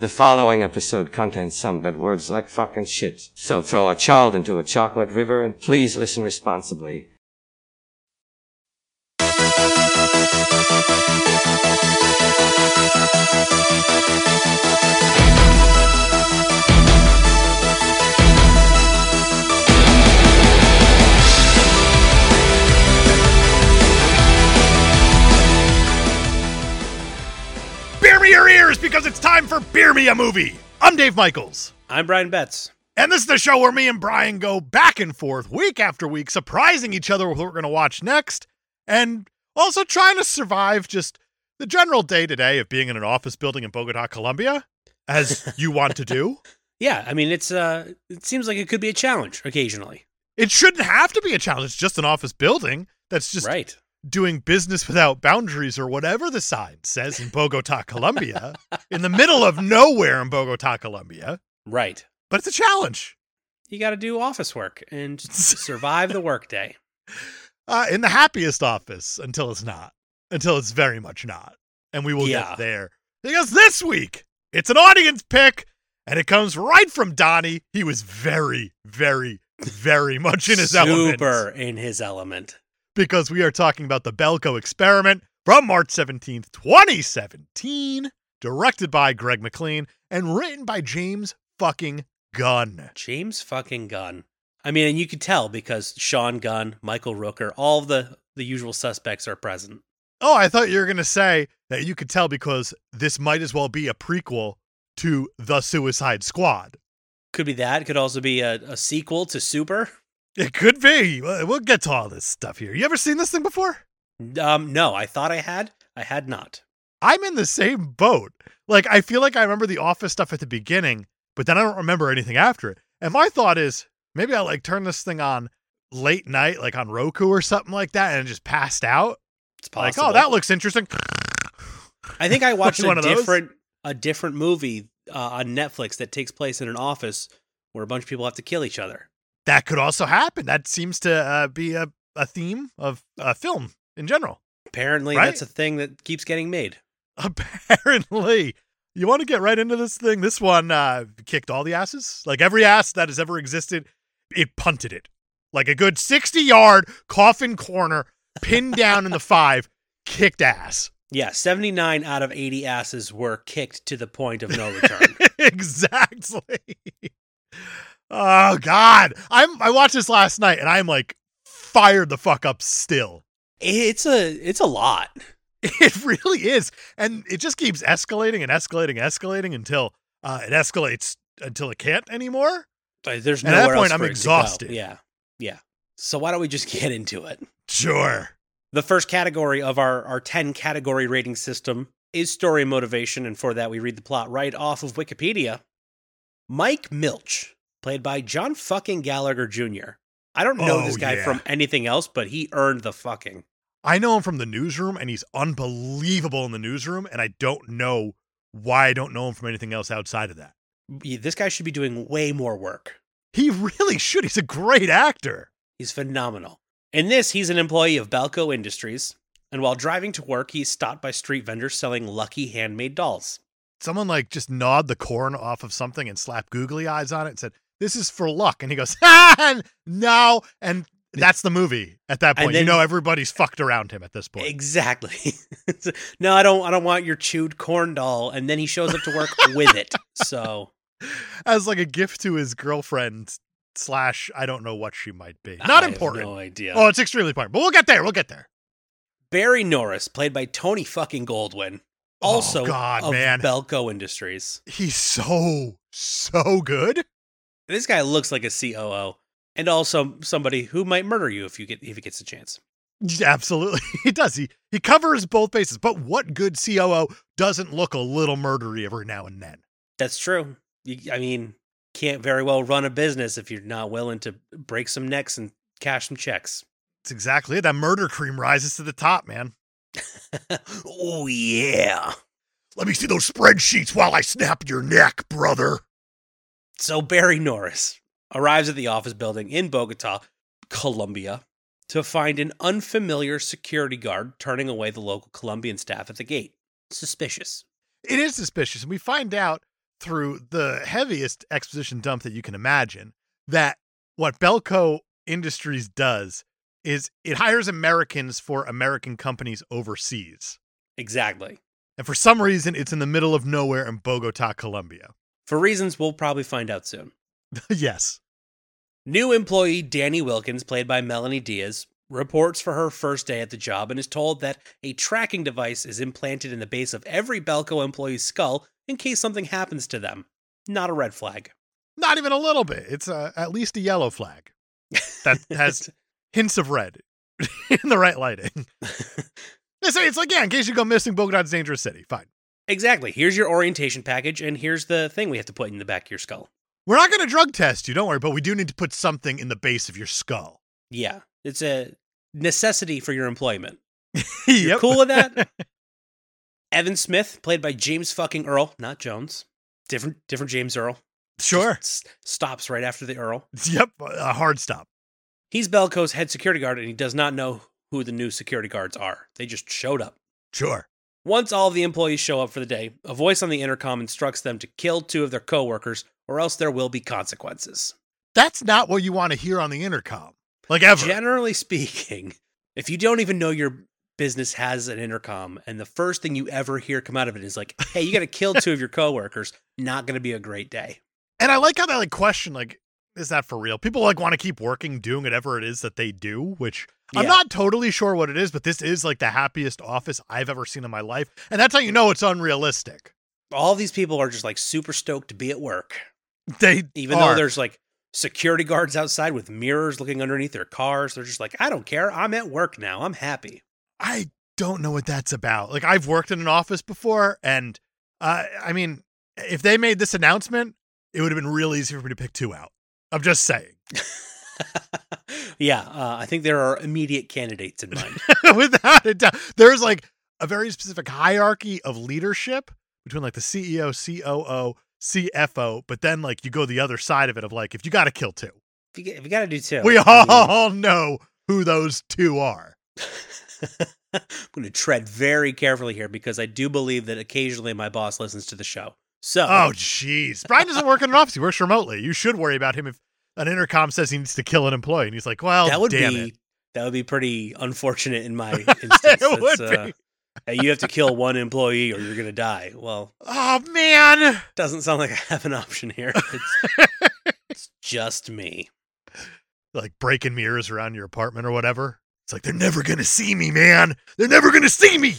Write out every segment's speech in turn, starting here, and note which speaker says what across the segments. Speaker 1: The following episode contains some bad words like fuck and shit. So throw a child into a chocolate river and please listen responsibly.
Speaker 2: Beer me your ears because it's time for Beer Me a Movie. I'm Dave Michaels.
Speaker 3: I'm Brian Betts.
Speaker 2: And this is the show where me and Brian go back and forth week after week, surprising each other with what we're going to watch next, and also trying to survive just the general day to day of being in an office building in Bogota, Colombia, as you want to do.
Speaker 3: Yeah, I mean it's uh it seems like it could be a challenge occasionally.
Speaker 2: It shouldn't have to be a challenge. It's just an office building that's just
Speaker 3: right.
Speaker 2: doing business without boundaries or whatever the sign says in Bogota, Colombia, in the middle of nowhere in Bogota, Colombia.
Speaker 3: Right.
Speaker 2: But it's a challenge.
Speaker 3: You got to do office work and just survive the workday.
Speaker 2: uh, in the happiest office until it's not, until it's very much not. And we will
Speaker 3: Yeah.
Speaker 2: get there. Because this week, it's an audience pick, and it comes right from Donnie. He was very, very, very much in his
Speaker 3: Super
Speaker 2: element.
Speaker 3: in his element.
Speaker 2: Because we are talking about the Belko experiment from March 17th, 2017, directed by Greg McLean and written by James fucking Gunn.
Speaker 3: James fucking Gunn. I mean, and you could tell because Sean Gunn, Michael Rooker, all the the usual suspects are present.
Speaker 2: Oh, I thought you were going to say that you could tell because this might as well be a prequel to The Suicide Squad.
Speaker 3: Could be that. Could also be a, a sequel to Super.
Speaker 2: It could be. We'll we'll get to all this stuff here. You ever seen this thing before?
Speaker 3: Um, no, I thought I had. I had not.
Speaker 2: I'm in the same boat. Like, I feel like I remember the office stuff at the beginning, but then I don't remember anything after it. And my thought is maybe I like turn this thing on late night, like on Roku or something like that, and just passed out.
Speaker 3: It's possible.
Speaker 2: Like, oh, that looks interesting.
Speaker 3: I think I watched
Speaker 2: One
Speaker 3: a
Speaker 2: of those?
Speaker 3: different a different movie uh, on Netflix that takes place in an office where a bunch of people have to kill each other.
Speaker 2: That could also happen. That seems to uh, be a, a theme of uh, film in general.
Speaker 3: Apparently,
Speaker 2: Right?
Speaker 3: that's a thing that keeps getting made.
Speaker 2: Apparently. You want to get right into this thing? This one uh, kicked all the asses. Like every ass that has ever existed, it punted it. Like a good 60 yard coffin corner, pinned down in the five, kicked ass.
Speaker 3: Yeah, 79 out of 80 asses were kicked to the point of no return.
Speaker 2: exactly. Oh God. I'm I watched this last night and I'm like fired the fuck up still.
Speaker 3: it's a it's a lot.
Speaker 2: It really is. And it just keeps escalating and escalating, escalating until uh, it escalates until it can't anymore.
Speaker 3: Like, There's
Speaker 2: At
Speaker 3: nowhere
Speaker 2: that point,
Speaker 3: else
Speaker 2: I'm
Speaker 3: for it to go.
Speaker 2: exhausted.
Speaker 3: Yeah, yeah. So why don't we just get into it?
Speaker 2: Sure.
Speaker 3: The first category of our our 10 category rating system is story and motivation, and for that we read the plot right off of Wikipedia. Mike Milch, played by John fucking Gallagher Jr. I don't know
Speaker 2: Oh,
Speaker 3: this guy
Speaker 2: yeah.
Speaker 3: from anything else, but he earned the fucking.
Speaker 2: I know him from the newsroom, and he's unbelievable in the newsroom. And I don't know why I don't know him from anything else outside of that.
Speaker 3: This guy should be doing way more work.
Speaker 2: He really should. He's a great actor.
Speaker 3: He's phenomenal. In this, he's an employee of Balco Industries, and while driving to work, he's stopped by street vendors selling lucky handmade dolls.
Speaker 2: Someone like just gnawed the corn off of something and slapped googly eyes on it and said, "This is for luck." And he goes, "Ah, "No." And that's the movie. At that
Speaker 3: And
Speaker 2: point,
Speaker 3: then-
Speaker 2: you know everybody's fucked around him at this point.
Speaker 3: Exactly. no, I don't I don't want your chewed corn doll. And then he shows up to work with it. So
Speaker 2: As like a gift to his girlfriend slash, I don't know what she might be.
Speaker 3: I
Speaker 2: Not
Speaker 3: have
Speaker 2: important.
Speaker 3: no idea.
Speaker 2: Oh, it's extremely important. But we'll get there. We'll get there.
Speaker 3: Barry Norris, played by Tony fucking Goldwyn,
Speaker 2: Oh,
Speaker 3: also
Speaker 2: God,
Speaker 3: of
Speaker 2: man.
Speaker 3: Belco Industries.
Speaker 2: He's so so good.
Speaker 3: This guy looks like a COO, and also somebody who might murder you if you get if he gets a chance.
Speaker 2: Yeah, Absolutely, he does. He he covers both bases. But what good COO doesn't look a little murdery every now and then?
Speaker 3: That's true. You, I mean, can't very well run a business if you're not willing to break some necks and cash some checks.
Speaker 2: It's exactly it. That murder cream rises to the top, man.
Speaker 3: oh yeah.
Speaker 2: Let me see those spreadsheets while I snap your neck, brother.
Speaker 3: So Barry Norris arrives at the office building in Bogota, Colombia, to find an unfamiliar security guard turning away the local Colombian staff at the gate. Suspicious.
Speaker 2: It is suspicious, and we find out through the heaviest exposition dump that you can imagine that what Belco Industries does is it hires Americans for American companies overseas.
Speaker 3: Exactly.
Speaker 2: And for some reason, it's in the middle of nowhere in Bogota, Colombia.
Speaker 3: For reasons we'll probably find out soon.
Speaker 2: yes.
Speaker 3: New employee Danny Wilkins, played by Melanie Diaz, reports for her first day at the job and is told that a tracking device is implanted in the base of every Belco employee's skull in case something happens to them. Not a red flag.
Speaker 2: Not even a little bit. It's uh, at least a yellow flag that has hints of red in the right lighting. It's, it's like, yeah, in case you go missing, Bogota's a dangerous city. Fine.
Speaker 3: exactly. Here's your orientation package, and here's the thing we have to put in the back of your skull.
Speaker 2: We're not going to drug test you, don't worry, but we do need to put something in the base of your skull.
Speaker 3: Yeah, it's a necessity for your employment.
Speaker 2: yep.
Speaker 3: Cool with that? Evan Smith, played by James fucking Earl, not Jones. Different, different James Earl.
Speaker 2: Sure.
Speaker 3: S- stops right after the Earl.
Speaker 2: Yep. A hard stop.
Speaker 3: He's Belco's head security guard, and he does not know who the new security guards are. They just showed up.
Speaker 2: Sure.
Speaker 3: Once all of the employees show up for the day, a voice on the intercom instructs them to kill two of their coworkers, or else there will be consequences.
Speaker 2: That's not what you want to hear on the intercom. Like ever.
Speaker 3: Generally speaking, if you don't even know your business has an intercom, and the first thing you ever hear come out of it is like, "Hey, you got to kill two of your coworkers," not going to be a great day.
Speaker 2: and I like how that like question, like, is that for real? People like want to keep working, doing whatever it is that they do, which I'm
Speaker 3: Yeah.
Speaker 2: not totally sure what it is, but this is like the happiest office I've ever seen in my life. And that's how you know it's unrealistic.
Speaker 3: All these people are just like super stoked to be at work,
Speaker 2: They
Speaker 3: even
Speaker 2: are.
Speaker 3: though there's like security guards outside with mirrors looking underneath their cars. They're just like, "I don't care. I'm at work now. I'm happy."
Speaker 2: I don't know what that's about. Like I've worked in an office before, and uh, I mean, if they made this announcement, it would have been real easy for me to pick two out. I'm just saying.
Speaker 3: yeah, uh, I think there are immediate candidates in mind.
Speaker 2: Without a doubt, there's like a very specific hierarchy of leadership between like the E CEO, COO, CFO, but then like you go the other side of it of like if you got to kill two,
Speaker 3: if you, got to do two,
Speaker 2: we
Speaker 3: I mean-
Speaker 2: all know who those two are.
Speaker 3: I'm going to tread very carefully here because I do believe that occasionally my boss listens to the show. So,
Speaker 2: Oh, jeez. Brian doesn't work in an office. He works remotely. You should worry about him if an intercom says he needs to kill an employee. And he's like, well,
Speaker 3: that would
Speaker 2: damn
Speaker 3: be
Speaker 2: it.
Speaker 3: that would be pretty unfortunate in my instance. That's,
Speaker 2: would
Speaker 3: uh,
Speaker 2: be.
Speaker 3: hey, you have to kill one employee or you're going to die. Well,
Speaker 2: Oh, man.
Speaker 3: doesn't sound like I have an option here. It's, it's just me.
Speaker 2: Like breaking mirrors around your apartment or whatever. It's like, they're never going to see me, man. They're never going to see me.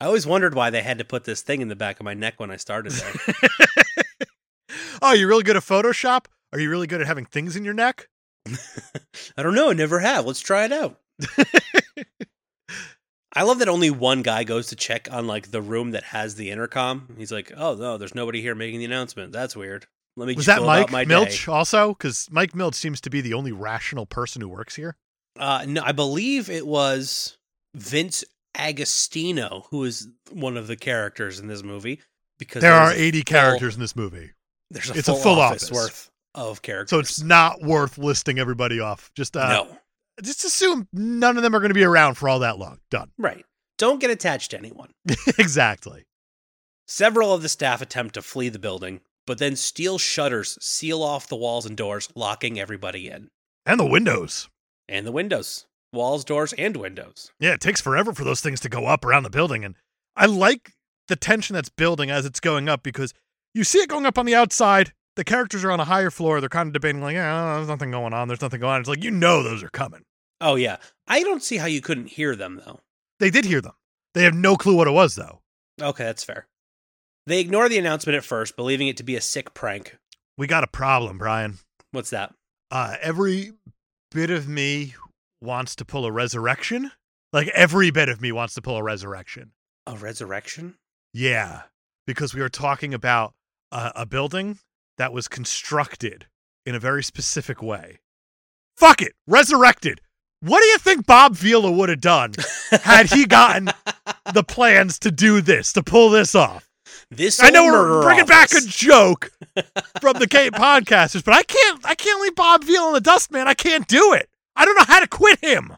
Speaker 3: I always wondered why they had to put this thing in the back of my neck when I started there.
Speaker 2: oh, you're really good at Photoshop? Are you really good at having things in your neck?
Speaker 3: I don't know. I never have. Let's try it out. I love that only one guy goes to check on like the room that has the intercom. He's like, "Oh no, there's nobody here making the announcement. That's weird. Let me
Speaker 2: Was
Speaker 3: just
Speaker 2: that
Speaker 3: go
Speaker 2: Mike
Speaker 3: about my
Speaker 2: Milch also? Because Mike Milch seems to be the only rational person who works here.
Speaker 3: day." Uh, no, I believe it was Vince Agostino who is one of the characters in this movie because
Speaker 2: There are
Speaker 3: there's a
Speaker 2: 80
Speaker 3: full-
Speaker 2: characters in this movie.
Speaker 3: There's a
Speaker 2: it's
Speaker 3: full,
Speaker 2: a full
Speaker 3: office,
Speaker 2: office.
Speaker 3: worth of characters.
Speaker 2: So it's not worth listing everybody off. Just uh,
Speaker 3: no
Speaker 2: just assume none of them are going to be around for all that long. Done.
Speaker 3: right. Don't get attached to anyone.
Speaker 2: exactly.
Speaker 3: Several of the staff attempt to flee the building, but then steel shutters seal off the walls and doors, locking everybody in.
Speaker 2: And the windows.
Speaker 3: And the windows. Walls, doors, and windows.
Speaker 2: Yeah, it takes forever for those things to go up around the building. And I like the tension that's building as it's going up because you see it going up on the outside. The characters are on a higher floor. They're kind of debating, like, yeah, there's nothing going on. There's nothing going on. It's like, you know, those are coming.
Speaker 3: Oh, yeah. I don't see how you couldn't hear them, though.
Speaker 2: They did hear them. They have no clue what it was, though,
Speaker 3: Okay, that's fair. They ignore the announcement at first, believing it to be a sick prank.
Speaker 2: we got a problem, Brian.
Speaker 3: What's that?
Speaker 2: uh, every bit of me wants to pull a resurrection. Like every bit of me wants to pull a resurrection.
Speaker 3: A resurrection?
Speaker 2: Yeah, because we are talking about uh, a building that was constructed in a very specific way. Fuck it, resurrected. What do you think Bob Vila would have done had he gotten the plans to do this, to pull this off?
Speaker 3: This
Speaker 2: I know
Speaker 3: old
Speaker 2: we're
Speaker 3: murder
Speaker 2: bringing back a
Speaker 3: office.
Speaker 2: joke from the Kate podcasters, but I can't. I can't leave Bob Veal in the dust, man. I can't do it. I don't know how to quit him.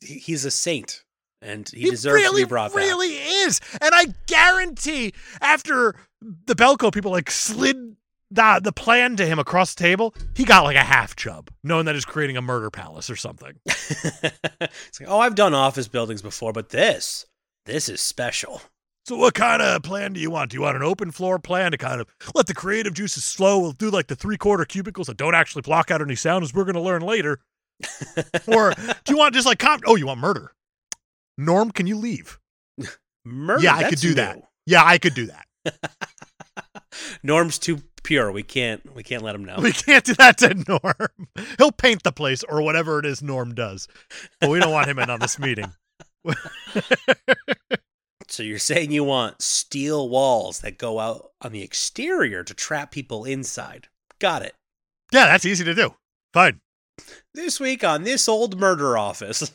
Speaker 3: He- He's a saint, and he, deserves
Speaker 2: really,
Speaker 3: to be brought back.
Speaker 2: really is. And I guarantee, after the Belko people like slid the, the plan to him across the table. He got like a half chub, knowing that he's creating a murder palace or something.
Speaker 3: it's like, oh, I've done office buildings before, but this, this is special.
Speaker 2: So what kind of plan do you want? Do you want an open floor plan to kind of let the creative juices flow? We'll do like the three quarter cubicles that don't actually block out any sound, as we're going to learn later. or do you want just like comp- oh, you want murder? Norm, can you leave?
Speaker 3: Murder.
Speaker 2: yeah, I could
Speaker 3: that's
Speaker 2: do
Speaker 3: new.
Speaker 2: that. Yeah, I could do that.
Speaker 3: Norm's too pure. We can't. We can't let him know.
Speaker 2: We can't do that to Norm. He'll paint the place or whatever it is Norm does. But we don't want him in on this meeting.
Speaker 3: So you're saying you want steel walls that go out on the exterior to trap people inside. Got it.
Speaker 2: Yeah, that's easy to do. Fine.
Speaker 3: This week on this old murder office.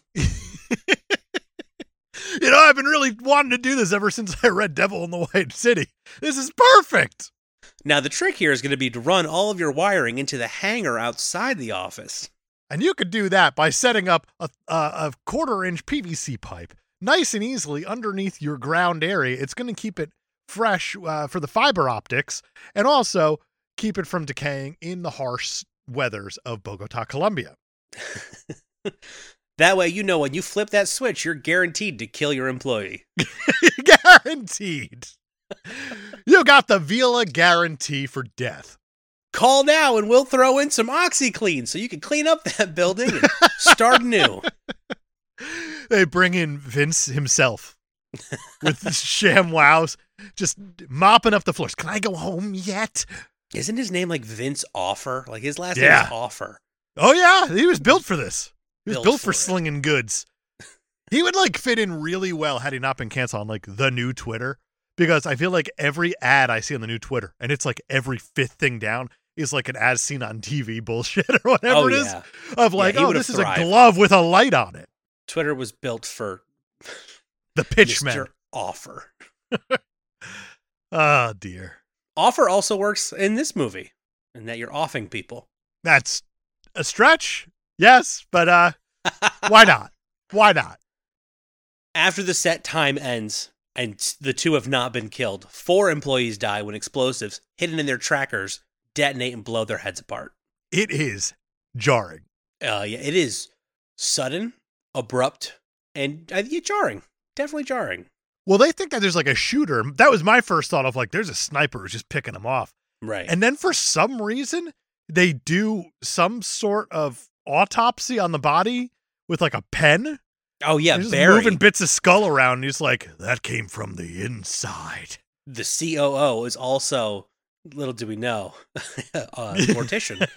Speaker 2: You know, I've been really wanting to do this ever since I read Devil in the White City. This is perfect.
Speaker 3: Now the trick here is going to be to run all of your wiring into the hangar outside the office.
Speaker 2: And you could do that by setting up a, a, a quarter inch PVC pipe nice and easily underneath your ground area. It's going to keep it fresh uh, for the fiber optics and also keep it from decaying in the harsh weathers of Bogota, Colombia.
Speaker 3: That way you know when you flip that switch, you're guaranteed to kill your employee.
Speaker 2: Guaranteed. you got the Vila guarantee for death.
Speaker 3: Call now and we'll throw in some OxyClean so you can clean up that building and start new.
Speaker 2: They bring in Vince himself with his sham wows, just mopping up the floors. Can I go home yet?
Speaker 3: Isn't his name like Vince Offer? Like his last name
Speaker 2: Yeah.
Speaker 3: is Offer.
Speaker 2: Oh yeah, he was built for this. He was built,
Speaker 3: Built
Speaker 2: for,
Speaker 3: for it.
Speaker 2: slinging goods. He would like fit in really well had he not been canceled on like the new Twitter because I feel like every ad I see on the new Twitter and it's like every fifth thing down is like an ad seen on TV bullshit or whatever
Speaker 3: oh
Speaker 2: it is
Speaker 3: yeah.
Speaker 2: of like
Speaker 3: he
Speaker 2: oh
Speaker 3: would've
Speaker 2: this is
Speaker 3: thrived.
Speaker 2: a glove with a light on it.
Speaker 3: Twitter was built for
Speaker 2: The pitchman.
Speaker 3: Mr. Offer.
Speaker 2: Oh dear.
Speaker 3: Offer also works in this movie, in that you're offing people.
Speaker 2: That's a stretch. Yes, but uh why not? Why not?
Speaker 3: After the set time ends and t- the two have not been killed, four employees die when explosives hidden in their trackers detonate and blow their heads apart.
Speaker 2: It is jarring.
Speaker 3: Uh, yeah, it is sudden, abrupt, and uh, yeah, jarring. Definitely jarring.
Speaker 2: Well, they think that there's like a shooter. That was my first thought of like, there's a sniper who's just picking them off.
Speaker 3: Right.
Speaker 2: And then for some reason, they do some sort of autopsy on the body with like a pen.
Speaker 3: oh yeah,
Speaker 2: They're just
Speaker 3: Barry,
Speaker 2: moving bits of skull around. And he's like, that came from the inside.
Speaker 3: the COO, is also little do we know, a mortician.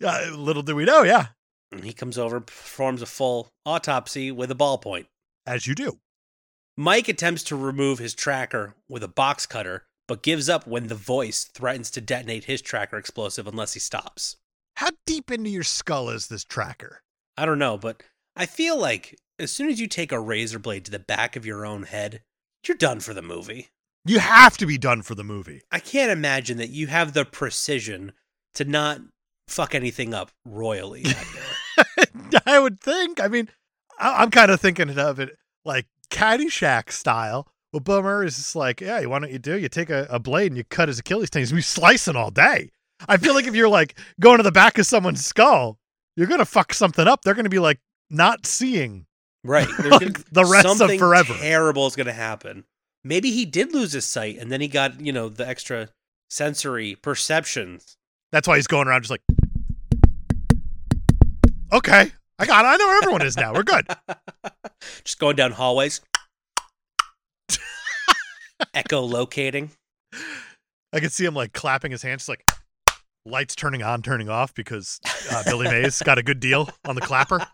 Speaker 2: Yeah, little do we know, yeah,
Speaker 3: And he comes over, performs a full autopsy with a ballpoint.
Speaker 2: as you do.
Speaker 3: Mike attempts to remove his tracker with a box cutter, but gives up when the voice threatens to detonate his tracker explosive unless he stops.
Speaker 2: How deep into your skull is this tracker?
Speaker 3: I don't know, but I feel like as soon as you take a razor blade to the back of your own head, you're done for the movie.
Speaker 2: You have to be done for the movie.
Speaker 3: I can't imagine that you have the precision to not fuck anything up royally. back there.
Speaker 2: I would think. I mean, I- I'm kind of thinking of it like Caddyshack style. Well, Boomer is just like, yeah, why don't you do? You take a, a blade and you cut his Achilles tendons. We slicing all day. I feel like if you're like going to the back of someone's skull, you're gonna fuck something up. They're gonna be like not seeing.
Speaker 3: right. There's
Speaker 2: Like, the rest of
Speaker 3: something
Speaker 2: forever.
Speaker 3: Terrible is going to happen. Maybe he did lose his sight and then he got, you know, the extra sensory perceptions
Speaker 2: That's why he's going around just like, okay, I got. It. I know where everyone is now. We're good.
Speaker 3: just going down hallways, echolocating.
Speaker 2: I could see him like clapping his hands, just like lights turning on, turning off because uh, Billy Mays got a good deal on the clapper.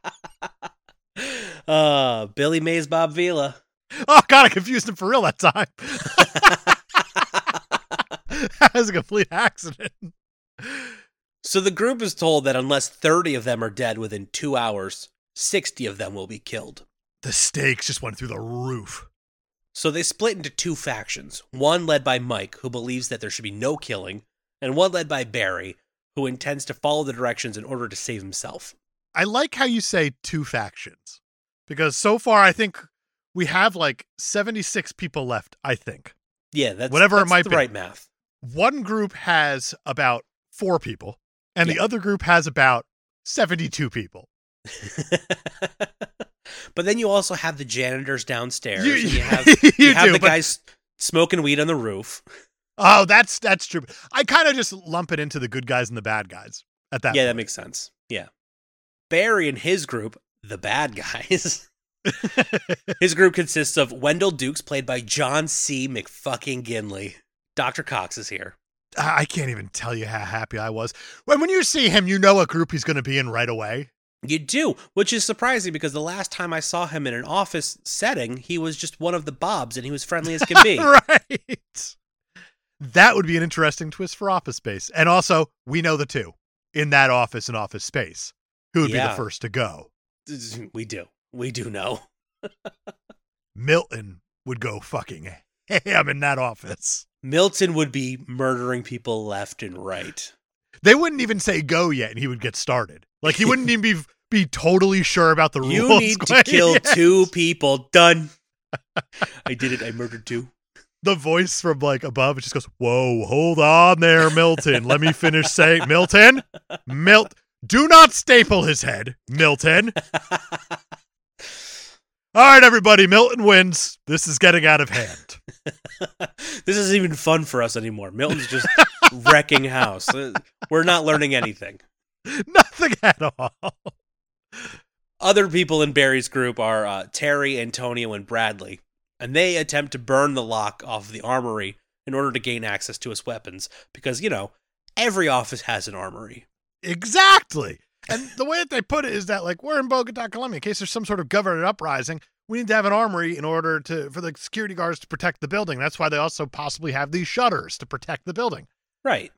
Speaker 3: Uh, Billy Mays, Bob Vila.
Speaker 2: Oh god, I confused him for real that time. that was a complete accident.
Speaker 3: So the group is told that unless 30 of them are dead within two hours, 60 of them will be killed.
Speaker 2: The stakes just went through the roof.
Speaker 3: So they split into two factions
Speaker 2: Hmm.
Speaker 3: one led by Mike, who believes that there should be no killing, and one led by Barry, who intends to follow the directions in order to save himself.
Speaker 2: I like how you say two factions because so far I think we have like 76 people left, I think.
Speaker 3: Yeah, that's
Speaker 2: Whatever it
Speaker 3: that's
Speaker 2: might
Speaker 3: the
Speaker 2: be.
Speaker 3: right math.
Speaker 2: One group has about four people, and the other group has about 72 people.
Speaker 3: but then you also have the janitors downstairs. and you have
Speaker 2: you
Speaker 3: you have
Speaker 2: do,
Speaker 3: the
Speaker 2: but-
Speaker 3: guys smoking weed on the roof.
Speaker 2: Oh, that's that's true. I kind of just lump it into the good guys and the bad guys at that.
Speaker 3: yeah,
Speaker 2: point.
Speaker 3: that makes sense. Yeah. Barry and his group, the bad guys. his group consists of Wendell Dukes, played by John C. McFucking Ginley. Dr. Cox is here.
Speaker 2: I I can't even tell you how happy I was when when you see him, you know what group he's going to be in right away.
Speaker 3: You do, which is surprising because the last time I saw him in an office setting, he was just one of the Bobs and he was friendly as can be.
Speaker 2: right. That would be an interesting twist for Office Space, and also we know the two in that office and Office Space who would be
Speaker 3: Yeah.
Speaker 2: the first to go.
Speaker 3: we do. We do know.
Speaker 2: Milton would go fucking ham in that office.
Speaker 3: Milton would be murdering people left and right.
Speaker 2: They wouldn't even say go yet, and he would get started. Like he wouldn't even be be totally sure about the rules.
Speaker 3: You need to
Speaker 2: Quinn.
Speaker 3: kill
Speaker 2: Yeah.
Speaker 3: two people. Done. I did it. I murdered two.
Speaker 2: the voice from like above it just goes, "Whoa, hold on there, Milton. Let me finish saying, Milton, Milt, do not staple his head, Milton." All right, everybody, Milton wins. This is getting out of hand.
Speaker 3: this isn't even fun for us anymore. Milton's just wrecking house. Uh, We're not learning anything.
Speaker 2: Nothing at all.
Speaker 3: Other people in Barry's group are uh, Terry, Antonio, and Bradley, and they attempt to burn the lock off the armory in order to gain access to its weapons because, you know, every office has an armory.
Speaker 2: Exactly. And the way that they put it is that like we're in Bogota, Colombia. In case there's some sort of government uprising, we need to have an armory in order to for the security guards to protect the building. That's why they also possibly have these shutters to protect the building.
Speaker 3: Right.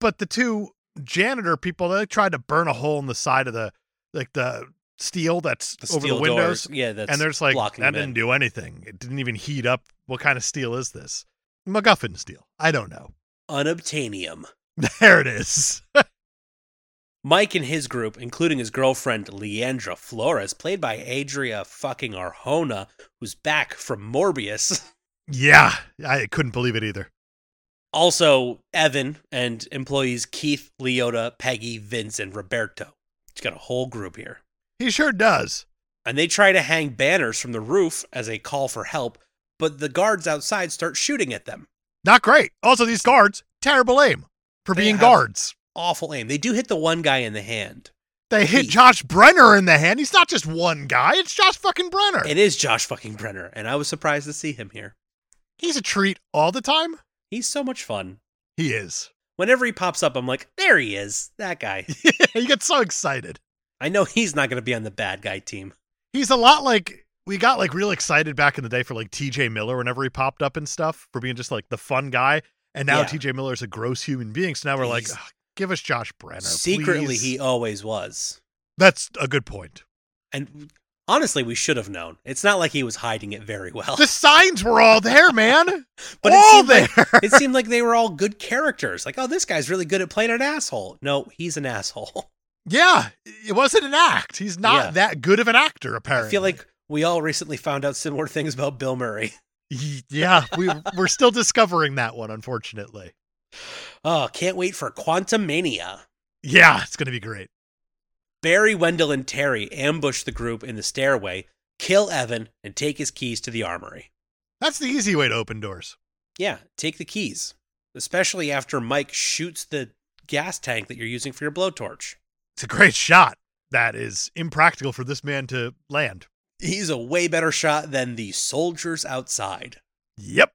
Speaker 2: but the two janitor people they tried to burn a hole in the side of the like the steel that's
Speaker 3: The
Speaker 2: over
Speaker 3: steel
Speaker 2: the windows
Speaker 3: doors. Yeah, that's
Speaker 2: and there's like
Speaker 3: blocking
Speaker 2: that
Speaker 3: them
Speaker 2: didn't
Speaker 3: in.
Speaker 2: do anything it didn't even heat up what kind of steel is this macguffin steel i don't know
Speaker 3: unobtainium.
Speaker 2: there it is
Speaker 3: Mike and his group, including his girlfriend Leandra Flores, played by Adria fucking Arjona, who's back from Morbius.
Speaker 2: yeah i couldn't believe it either
Speaker 3: Also, Evan and employees Keith, Leota, Peggy, Vince, and Roberto. He's got a whole group here.
Speaker 2: he sure does
Speaker 3: And they try to hang banners from the roof as a call for help, but the guards outside start shooting at them.
Speaker 2: not great also these guards terrible aim for
Speaker 3: They
Speaker 2: being
Speaker 3: have-
Speaker 2: guards
Speaker 3: Awful aim. They do hit the one guy in the hand.
Speaker 2: they hit
Speaker 3: Keith.
Speaker 2: josh brenner in the hand he's not just one guy it's josh fucking brenner
Speaker 3: It is Josh fucking Brenner, and I was surprised to see him here.
Speaker 2: he's a treat all the time
Speaker 3: He's so much fun.
Speaker 2: he is
Speaker 3: Whenever he pops up, I'm like, there he is, that guy.
Speaker 2: you get so excited
Speaker 3: I know he's not going to be on the bad guy team.
Speaker 2: He's a lot like we got like real excited back in the day for like TJ Miller whenever he popped up and stuff for being just like the fun guy. And now
Speaker 3: Yeah.
Speaker 2: TJ Miller is a gross human being. So now we're like,
Speaker 3: He's-
Speaker 2: "Ugh, give us Josh Brenner.
Speaker 3: Secretly,
Speaker 2: please."
Speaker 3: he always was.
Speaker 2: That's a good point.
Speaker 3: And honestly, we should have known. It's not like he was hiding it very well.
Speaker 2: The signs were all there, man.
Speaker 3: But it
Speaker 2: all
Speaker 3: seemed like-
Speaker 2: there.
Speaker 3: it seemed like they were all good characters. Like, oh, this guy's really good at playing an asshole. No, he's an asshole.
Speaker 2: yeah. It wasn't an act. He's not
Speaker 3: Yeah.
Speaker 2: that good of an actor,
Speaker 3: I
Speaker 2: apparently.
Speaker 3: feel like we all recently found out similar things about Bill Murray.
Speaker 2: He- yeah, we, we're still discovering that one, unfortunately.
Speaker 3: Oh, can't wait for Quantum Mania.
Speaker 2: Yeah, it's going to be great.
Speaker 3: Barry, Wendell, and Terry ambush the group in the stairway, kill Evan, and take his keys to the armory.
Speaker 2: That's the easy way to open doors.
Speaker 3: Yeah, take the keys, especially after Mike shoots the gas tank that you're using for your blowtorch.
Speaker 2: It's a great shot that is impractical for this man to land.
Speaker 3: He's a way better shot than the soldiers outside.
Speaker 2: Yep.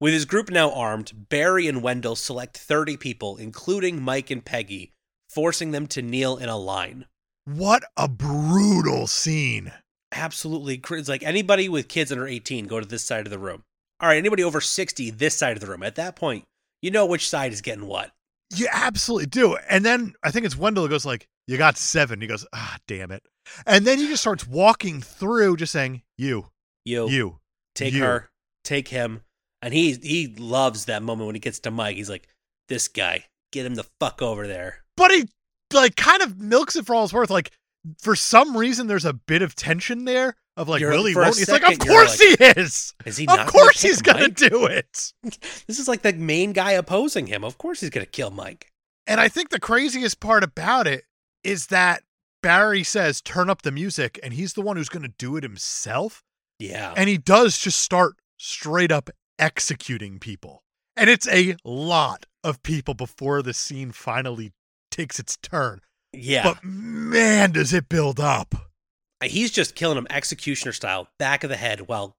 Speaker 3: With his group now armed, Barry and Wendell select 30 people, including Mike and Peggy, forcing them to kneel in a line.
Speaker 2: What a brutal scene.
Speaker 3: Absolutely. cr- It's like anybody with kids under 18, go to this side of the room. All right, anybody over 60, this side of the room. At that point, you know which side is getting what.
Speaker 2: You absolutely do. And then I think it's Wendell who goes like, "You got seven. He goes, "Ah, damn it." And then he just starts walking through, just saying, "You,
Speaker 3: You.
Speaker 2: you."
Speaker 3: take
Speaker 2: You.
Speaker 3: her, take him. And he he loves that moment when he gets to Mike. He's like, this guy, get him the fuck over there.
Speaker 2: But he like kind of milks it for all it's worth. Like for some reason, there's a bit of tension there of like
Speaker 3: You're-
Speaker 2: Willie
Speaker 3: for a
Speaker 2: won't. It's like, of
Speaker 3: second, you're
Speaker 2: course he is.
Speaker 3: Is he?
Speaker 2: Of
Speaker 3: not
Speaker 2: course
Speaker 3: kill
Speaker 2: he's gonna
Speaker 3: Mike?
Speaker 2: do it.
Speaker 3: This is like the main guy opposing him. Of course he's gonna kill Mike.
Speaker 2: And I think the craziest part about it is that Barry says, "Turn up the music," and he's the one who's gonna do it himself.
Speaker 3: Yeah.
Speaker 2: And he does just start straight up executing people. And it's a lot of people before the scene finally takes its turn.
Speaker 3: Yeah.
Speaker 2: But man, does it build up.
Speaker 3: He's just killing him executioner style, back of the head, while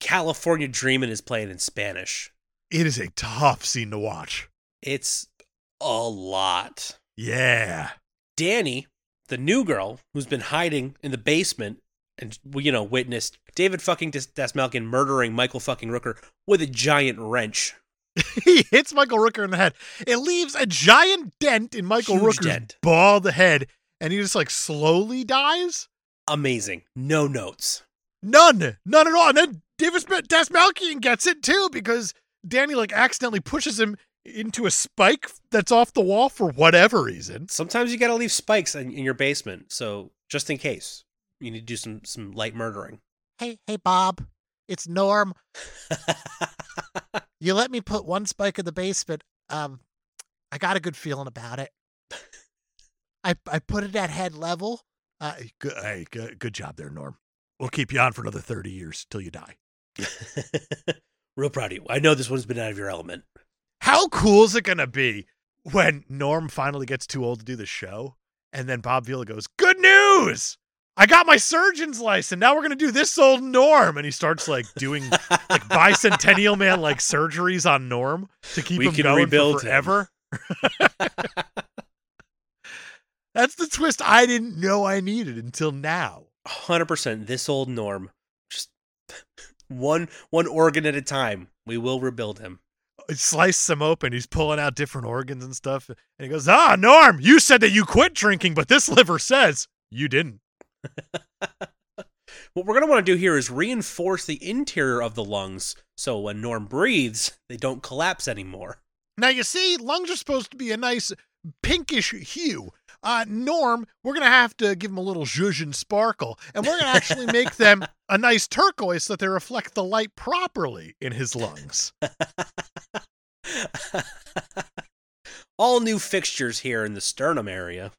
Speaker 3: California Dreamin' is playing in Spanish.
Speaker 2: It is a tough scene to watch.
Speaker 3: It's a lot.
Speaker 2: Yeah.
Speaker 3: Danny, the new girl who's been hiding in the basement and, you know, witnessed David fucking Des- Desmalkin murdering Michael fucking Rooker with a giant wrench.
Speaker 2: He hits Michael Rooker in the head. It leaves a giant dent in Michael
Speaker 3: Huge
Speaker 2: Rooker's
Speaker 3: dent.
Speaker 2: bald head, and he just like slowly dies.
Speaker 3: Amazing. No notes.
Speaker 2: None, none at all. And then Davis Dasmalkian gets it too because Danny like accidentally pushes him into a spike that's off the wall for whatever reason.
Speaker 3: Sometimes you gotta leave spikes in, in your basement, so just in case. You need to do some, some light murdering.
Speaker 2: Hey, hey, Bob, it's Norm. You let me put one spike in the basement. Um, I got a good feeling about it. I I put it at head level. Uh, good, hey, good, good job there, Norm. We'll keep you on for another thirty years till you die.
Speaker 3: Real proud of you. I know this one's been out of your element.
Speaker 2: How cool is it going to be when Norm finally gets too old to do the show? And then Bob Vila goes, Good news! I got my surgeon's license. Now we're going to do this old Norm. And he starts like doing like bicentennial man like surgeries on Norm to keep
Speaker 3: We
Speaker 2: him
Speaker 3: can
Speaker 2: going
Speaker 3: rebuild
Speaker 2: for
Speaker 3: him.
Speaker 2: forever. That's the twist I didn't know I needed until now.
Speaker 3: hundred percent this old norm. Just one one organ at a time. We will rebuild him.
Speaker 2: It sliced him open. He's pulling out different organs and stuff. And he goes, Ah, Norm, you said that you quit drinking, but this liver says you didn't.
Speaker 3: What we're gonna want to do here is reinforce the interior of the lungs so when Norm breathes, they don't collapse anymore.
Speaker 2: Now, you see, lungs are supposed to be a nice pinkish hue. Uh, Norm, we're going to have to give them a little zhuzh and sparkle, and we're going to actually make them a nice turquoise so that they reflect the light properly in his lungs.
Speaker 3: All new fixtures here in the sternum area.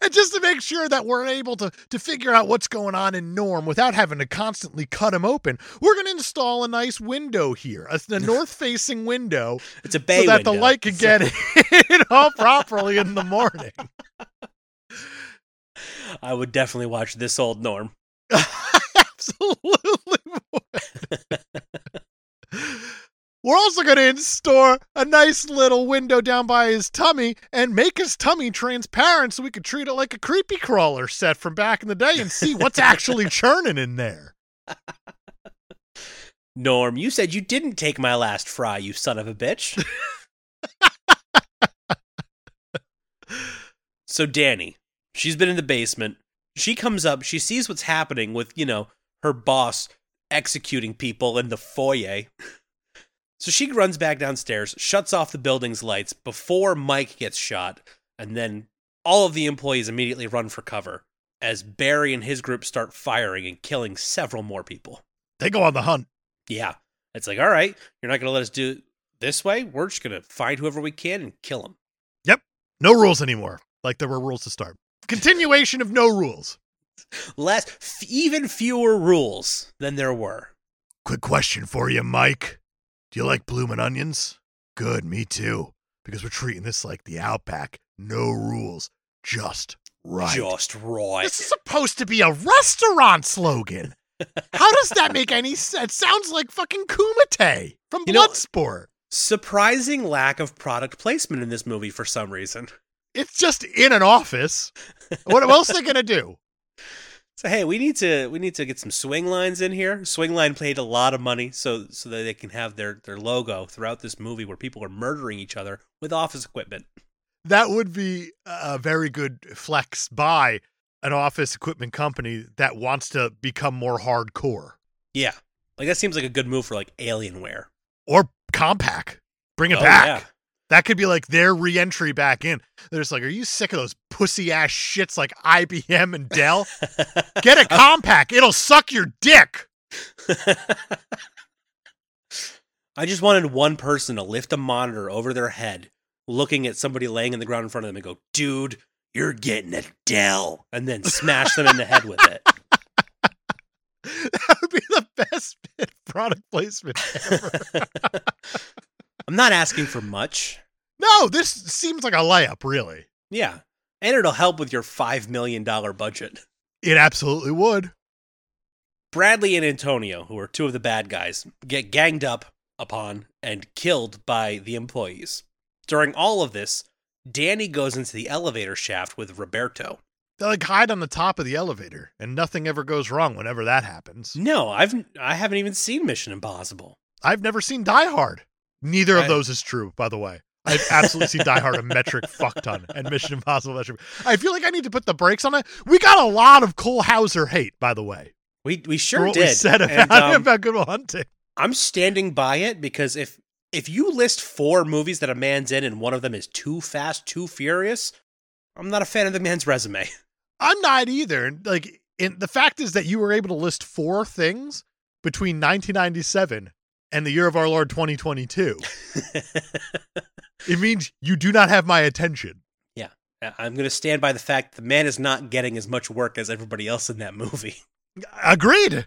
Speaker 2: and just to make sure that we're able to, to figure out what's going on in Norm without having to constantly cut him open, we're going to install a nice window here, a, a north facing window
Speaker 3: It's a bay
Speaker 2: so that the
Speaker 3: window.
Speaker 2: light can
Speaker 3: So-
Speaker 2: get in all properly in the morning.
Speaker 3: I would definitely watch this old Norm.
Speaker 2: Absolutely. would. We're also going to install a nice little window down by his tummy and make his tummy transparent so we could treat it like a creepy crawler set from back in the day and see what's actually churning in there.
Speaker 3: Norm, you said you didn't take my last fry, you son of a bitch. so Danny, she's been in the basement. She comes up, she sees what's happening with, you know, her boss executing people in the foyer. So she runs back downstairs, shuts off the building's lights before Mike gets shot, and then all of the employees immediately run for cover as Barry and his group start firing and killing several more people.
Speaker 2: They go on the hunt.
Speaker 3: Yeah. It's like, all right, you're not going to let us do it this way. We're just going to find whoever we can and kill him.
Speaker 2: No rules anymore, like there were rules to start. Continuation of no rules.
Speaker 3: Less, f- even fewer rules than there were.
Speaker 2: Quick question for you, Mike. Do you like bloomin' onions? Good, me too. Because we're treating this like the outback. No rules, just right.
Speaker 3: Just right.
Speaker 2: This is supposed to be a restaurant slogan. How does that make any sense? Sounds like fucking Kumite from
Speaker 3: You know-
Speaker 2: Bloodsport.
Speaker 3: Surprising lack of product placement in this movie for some reason.
Speaker 2: It's just in an office. What else are they gonna do?
Speaker 3: So hey, we need to we need to get some swing lines in here. Swing line played a lot of money so so that they can have their their logo throughout this movie where people are murdering each other with office equipment.
Speaker 2: That would be a very good flex by an office equipment company that wants to become more hardcore
Speaker 3: Yeah. Like that seems like a good move for like Alienware.
Speaker 2: or compact. Bring it
Speaker 3: Oh,
Speaker 2: back.
Speaker 3: yeah.
Speaker 2: That could be like their reentry back in. They're just like, are you sick of those pussy ass shits like IBM and Dell? Get a compact. It'll suck your dick.
Speaker 3: I just wanted one person to lift a monitor over their head, looking at somebody laying in the ground in front of them and go, dude, you're getting a Dell. And then smash them in the head with it.
Speaker 2: That would be the best bit of product placement ever.
Speaker 3: I'm not asking for much.
Speaker 2: no, this seems like a layup, really.
Speaker 3: Yeah. And it'll help with your $5 million budget.
Speaker 2: It absolutely would.
Speaker 3: Bradley and Antonio, who are two of the bad guys, get ganged up upon and killed by the employees. During all of this, Danny goes into the elevator shaft with Roberto.
Speaker 2: They like hide on the top of the elevator, and nothing ever goes wrong whenever that happens.
Speaker 3: No, I've I haven't even seen Mission Impossible.
Speaker 2: I've never seen Die Hard. Neither of
Speaker 3: I-
Speaker 2: those is true, by the way. I've absolutely seen Die Hard a metric fuck ton and Mission Impossible metric. I feel like I need to put the brakes on it. We got a lot of Cole Hauser hate, by the way.
Speaker 3: We we
Speaker 2: for
Speaker 3: sure
Speaker 2: what
Speaker 3: did.
Speaker 2: we said
Speaker 3: And,
Speaker 2: about,
Speaker 3: um,
Speaker 2: about Good Will Hunting.
Speaker 3: I'm standing by it because if if you list four movies that a man's in and one of them is Too Fast, Too Furious, I'm not a fan of the man's resume.
Speaker 2: I'm not either. And like, in, the fact is that you were able to list four things between 1997 and the year of our Lord 2022. it means you do not have my attention.
Speaker 3: I'm going to stand by the fact that the man is not getting as much work as everybody else in that movie.
Speaker 2: Agreed.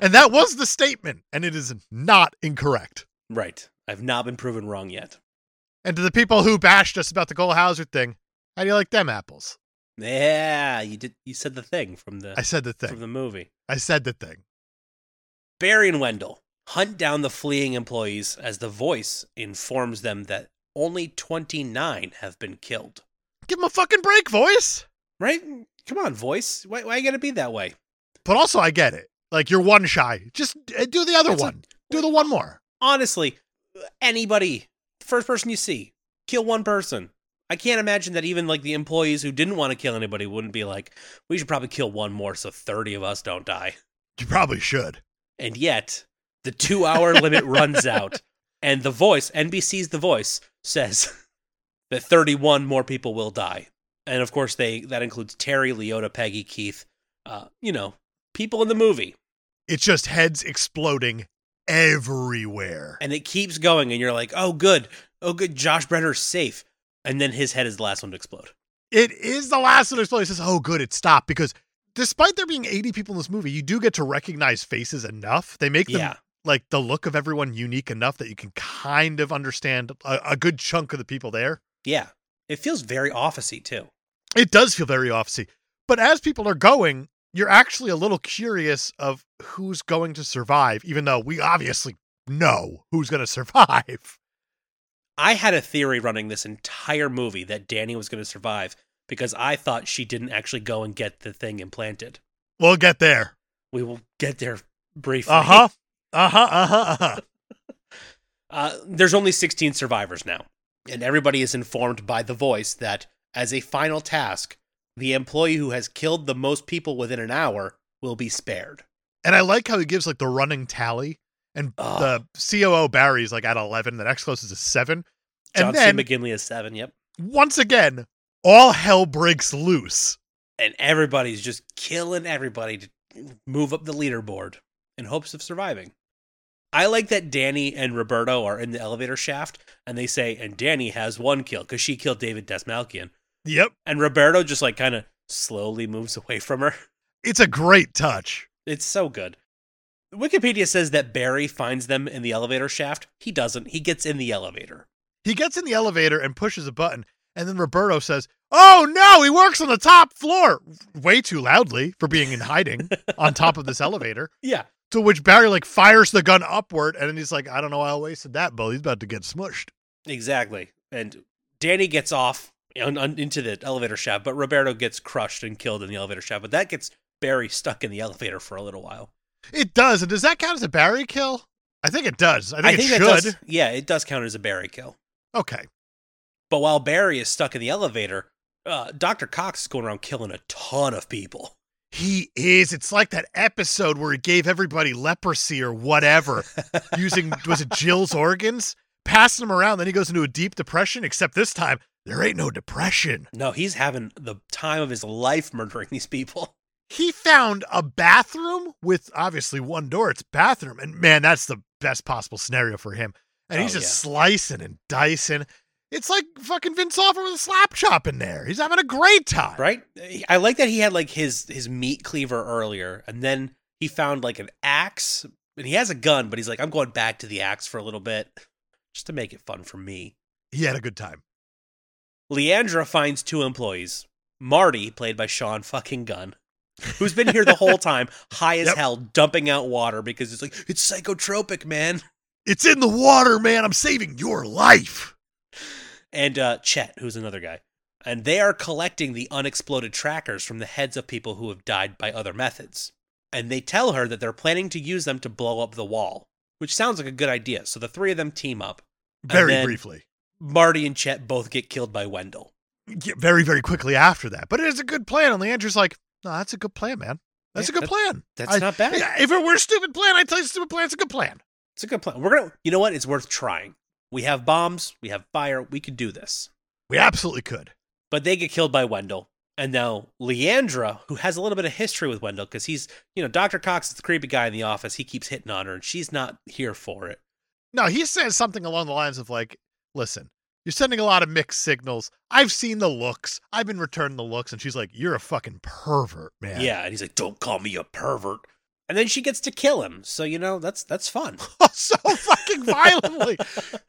Speaker 2: and that was the statement, and it is not incorrect.
Speaker 3: Right. I've not been proven wrong yet.
Speaker 2: And to the people who bashed us about the Cole Hauser thing, how do you like them apples?
Speaker 3: Yeah, you did. You said the thing from the
Speaker 2: I said the
Speaker 3: from
Speaker 2: thing.
Speaker 3: the movie.
Speaker 2: I said the thing.
Speaker 3: Barry and Wendell hunt down the fleeing employees as the voice informs them that only 29 have been killed.
Speaker 2: Give him a fucking break, voice.
Speaker 3: Right? Come on, voice. Why, why you gotta be that way?
Speaker 2: But also, I get it. Like you're one shy. Just uh, do the other
Speaker 3: That's
Speaker 2: one. do the one more.
Speaker 3: Honestly, anybody, first person you see, kill one person. I can't imagine that even like the employees who didn't want to kill anybody wouldn't be like, we should probably kill one more so 30 of us don't die.
Speaker 2: You probably should.
Speaker 3: And yet, the two hour limit runs out, and the voice, NBC's The Voice, says that 31 more people will die. And of course, they that includes Terry, Leota, Peggy, Keith, uh, you know, people in the movie.
Speaker 2: It's just heads exploding everywhere.
Speaker 3: And it keeps going, and you're like, oh, good. Oh, good. Josh Brenner's safe. And then his head is the last one to explode.
Speaker 2: It is the last one to explode. It says, "Oh, good, it stopped." Because despite there being 80 people in this movie, you do get to recognize faces enough. They make them
Speaker 3: Yeah.
Speaker 2: like the look of everyone unique enough that you can kind of understand a, a good chunk of the people there.
Speaker 3: Yeah. It feels very officey, too.
Speaker 2: It does feel very officey. But as people are going, you're actually a little curious of who's going to survive, even though we obviously know who's going to survive.
Speaker 3: I had a theory running this entire movie that Danny was going to survive because I thought she didn't actually go and get the thing implanted.
Speaker 2: We'll get there.
Speaker 3: We will get there briefly.
Speaker 2: Uh huh. Uh huh. Uh huh. Uh-huh.
Speaker 3: Uh, there's only 16 survivors now, and everybody is informed by the voice that as a final task, the employee who has killed the most people within an hour will be spared.
Speaker 2: And I like how he gives like the running tally, and
Speaker 3: Ugh.
Speaker 2: the COO Barry's like at eleven. The next closest is seven, and
Speaker 3: Ah, John
Speaker 2: then
Speaker 3: C. McGinley is seven. Yep.
Speaker 2: once again, all hell breaks loose.
Speaker 3: And everybody's just killing everybody to move up the leaderboard in hopes of surviving. I like that Danny and Roberto are in the elevator shaft and they say, and Danny has one kill because she killed David Desmalkian.
Speaker 2: Yep,
Speaker 3: And Roberto just like kind of slowly moves away from her.
Speaker 2: it's a great touch.
Speaker 3: It's so good. Wikipedia says that Barry finds them in the elevator shaft. He doesn't. He gets in the elevator.
Speaker 2: He gets in the elevator and pushes a button, and then Roberto says, "Oh no, he works on the top floor!" Way too loudly for being in hiding on top of this elevator.
Speaker 3: Yeah.
Speaker 2: To which Barry like fires the gun upward, and then he's like, "I don't know why I wasted that, but he's about to get smushed."
Speaker 3: Exactly. And Danny gets off on, on- into the elevator shaft, but Roberto gets crushed and killed in the elevator shaft. But that gets Barry stuck in the elevator for a little while.
Speaker 2: It does. And does that count as a Barry kill? I think it does. I think it should.
Speaker 3: that does. Yeah, it does count as a Barry kill.
Speaker 2: Okay.
Speaker 3: But while Barry is stuck in the elevator, uh, Dr. Cox is going around killing a ton of people.
Speaker 2: He is. It's like that episode where he gave everybody leprosy or whatever using was it Jill's organs? passing him around. Then he goes into a deep depression, except this time, there ain't no depression.
Speaker 3: No, he's having the time of his life murdering these people.
Speaker 2: He found a bathroom with obviously one door. It's bathroom. And man, that's the best possible scenario for him. And he's
Speaker 3: Oh,
Speaker 2: just slicing and dicing. It's like fucking Vince Offer with a slap chop in there. He's having a great time.
Speaker 3: right i like that he had like his his meat cleaver earlier and then he found like an axe and he has a gun but he's like i'm going back to the axe for a little bit just to make it fun for me
Speaker 2: He had a good time.
Speaker 3: leandra finds two employees marty played by sean fucking gunn who's been here the whole time high as
Speaker 2: Yep.
Speaker 3: hell dumping out water because it's like it's psychotropic man
Speaker 2: It's in the water, man. I'm saving your life.
Speaker 3: and uh chet who's another guy and they are collecting the unexploded trackers from the heads of people who have died by other methods. And they tell her that they're planning to use them to blow up the wall, which sounds like a good idea. So the three of them team up.
Speaker 2: Very
Speaker 3: then-
Speaker 2: briefly.
Speaker 3: Marty and Chet both get killed by Wendell.
Speaker 2: Yeah, very, very quickly after that. But it is a good plan. And Leandra's like, no, that's a good plan, man. That's
Speaker 3: Yeah,
Speaker 2: a good
Speaker 3: that-
Speaker 2: plan.
Speaker 3: That's
Speaker 2: I-
Speaker 3: not bad.
Speaker 2: Yeah, if it were a stupid plan, I'd tell you stupid plan. It's a good plan.
Speaker 3: It's a good plan. We're gonna you know what? It's worth trying. We have bombs, we have fire, we could do this.
Speaker 2: We absolutely could.
Speaker 3: But they get killed by Wendell. And now Leandra, who has a little bit of history with Wendell, because he's, you know, Dr. Cox is the creepy guy in the office. He keeps hitting on her, and she's not here for it.
Speaker 2: No, he says something along the lines of like, listen, you're sending a lot of mixed signals. I've seen the looks. I've been returning the looks. And she's like, you're a fucking pervert, man.
Speaker 3: Yeah, and he's like, "Don't call me a pervert." And then she gets to kill him. So you know that's that's fun.
Speaker 2: so fucking violently.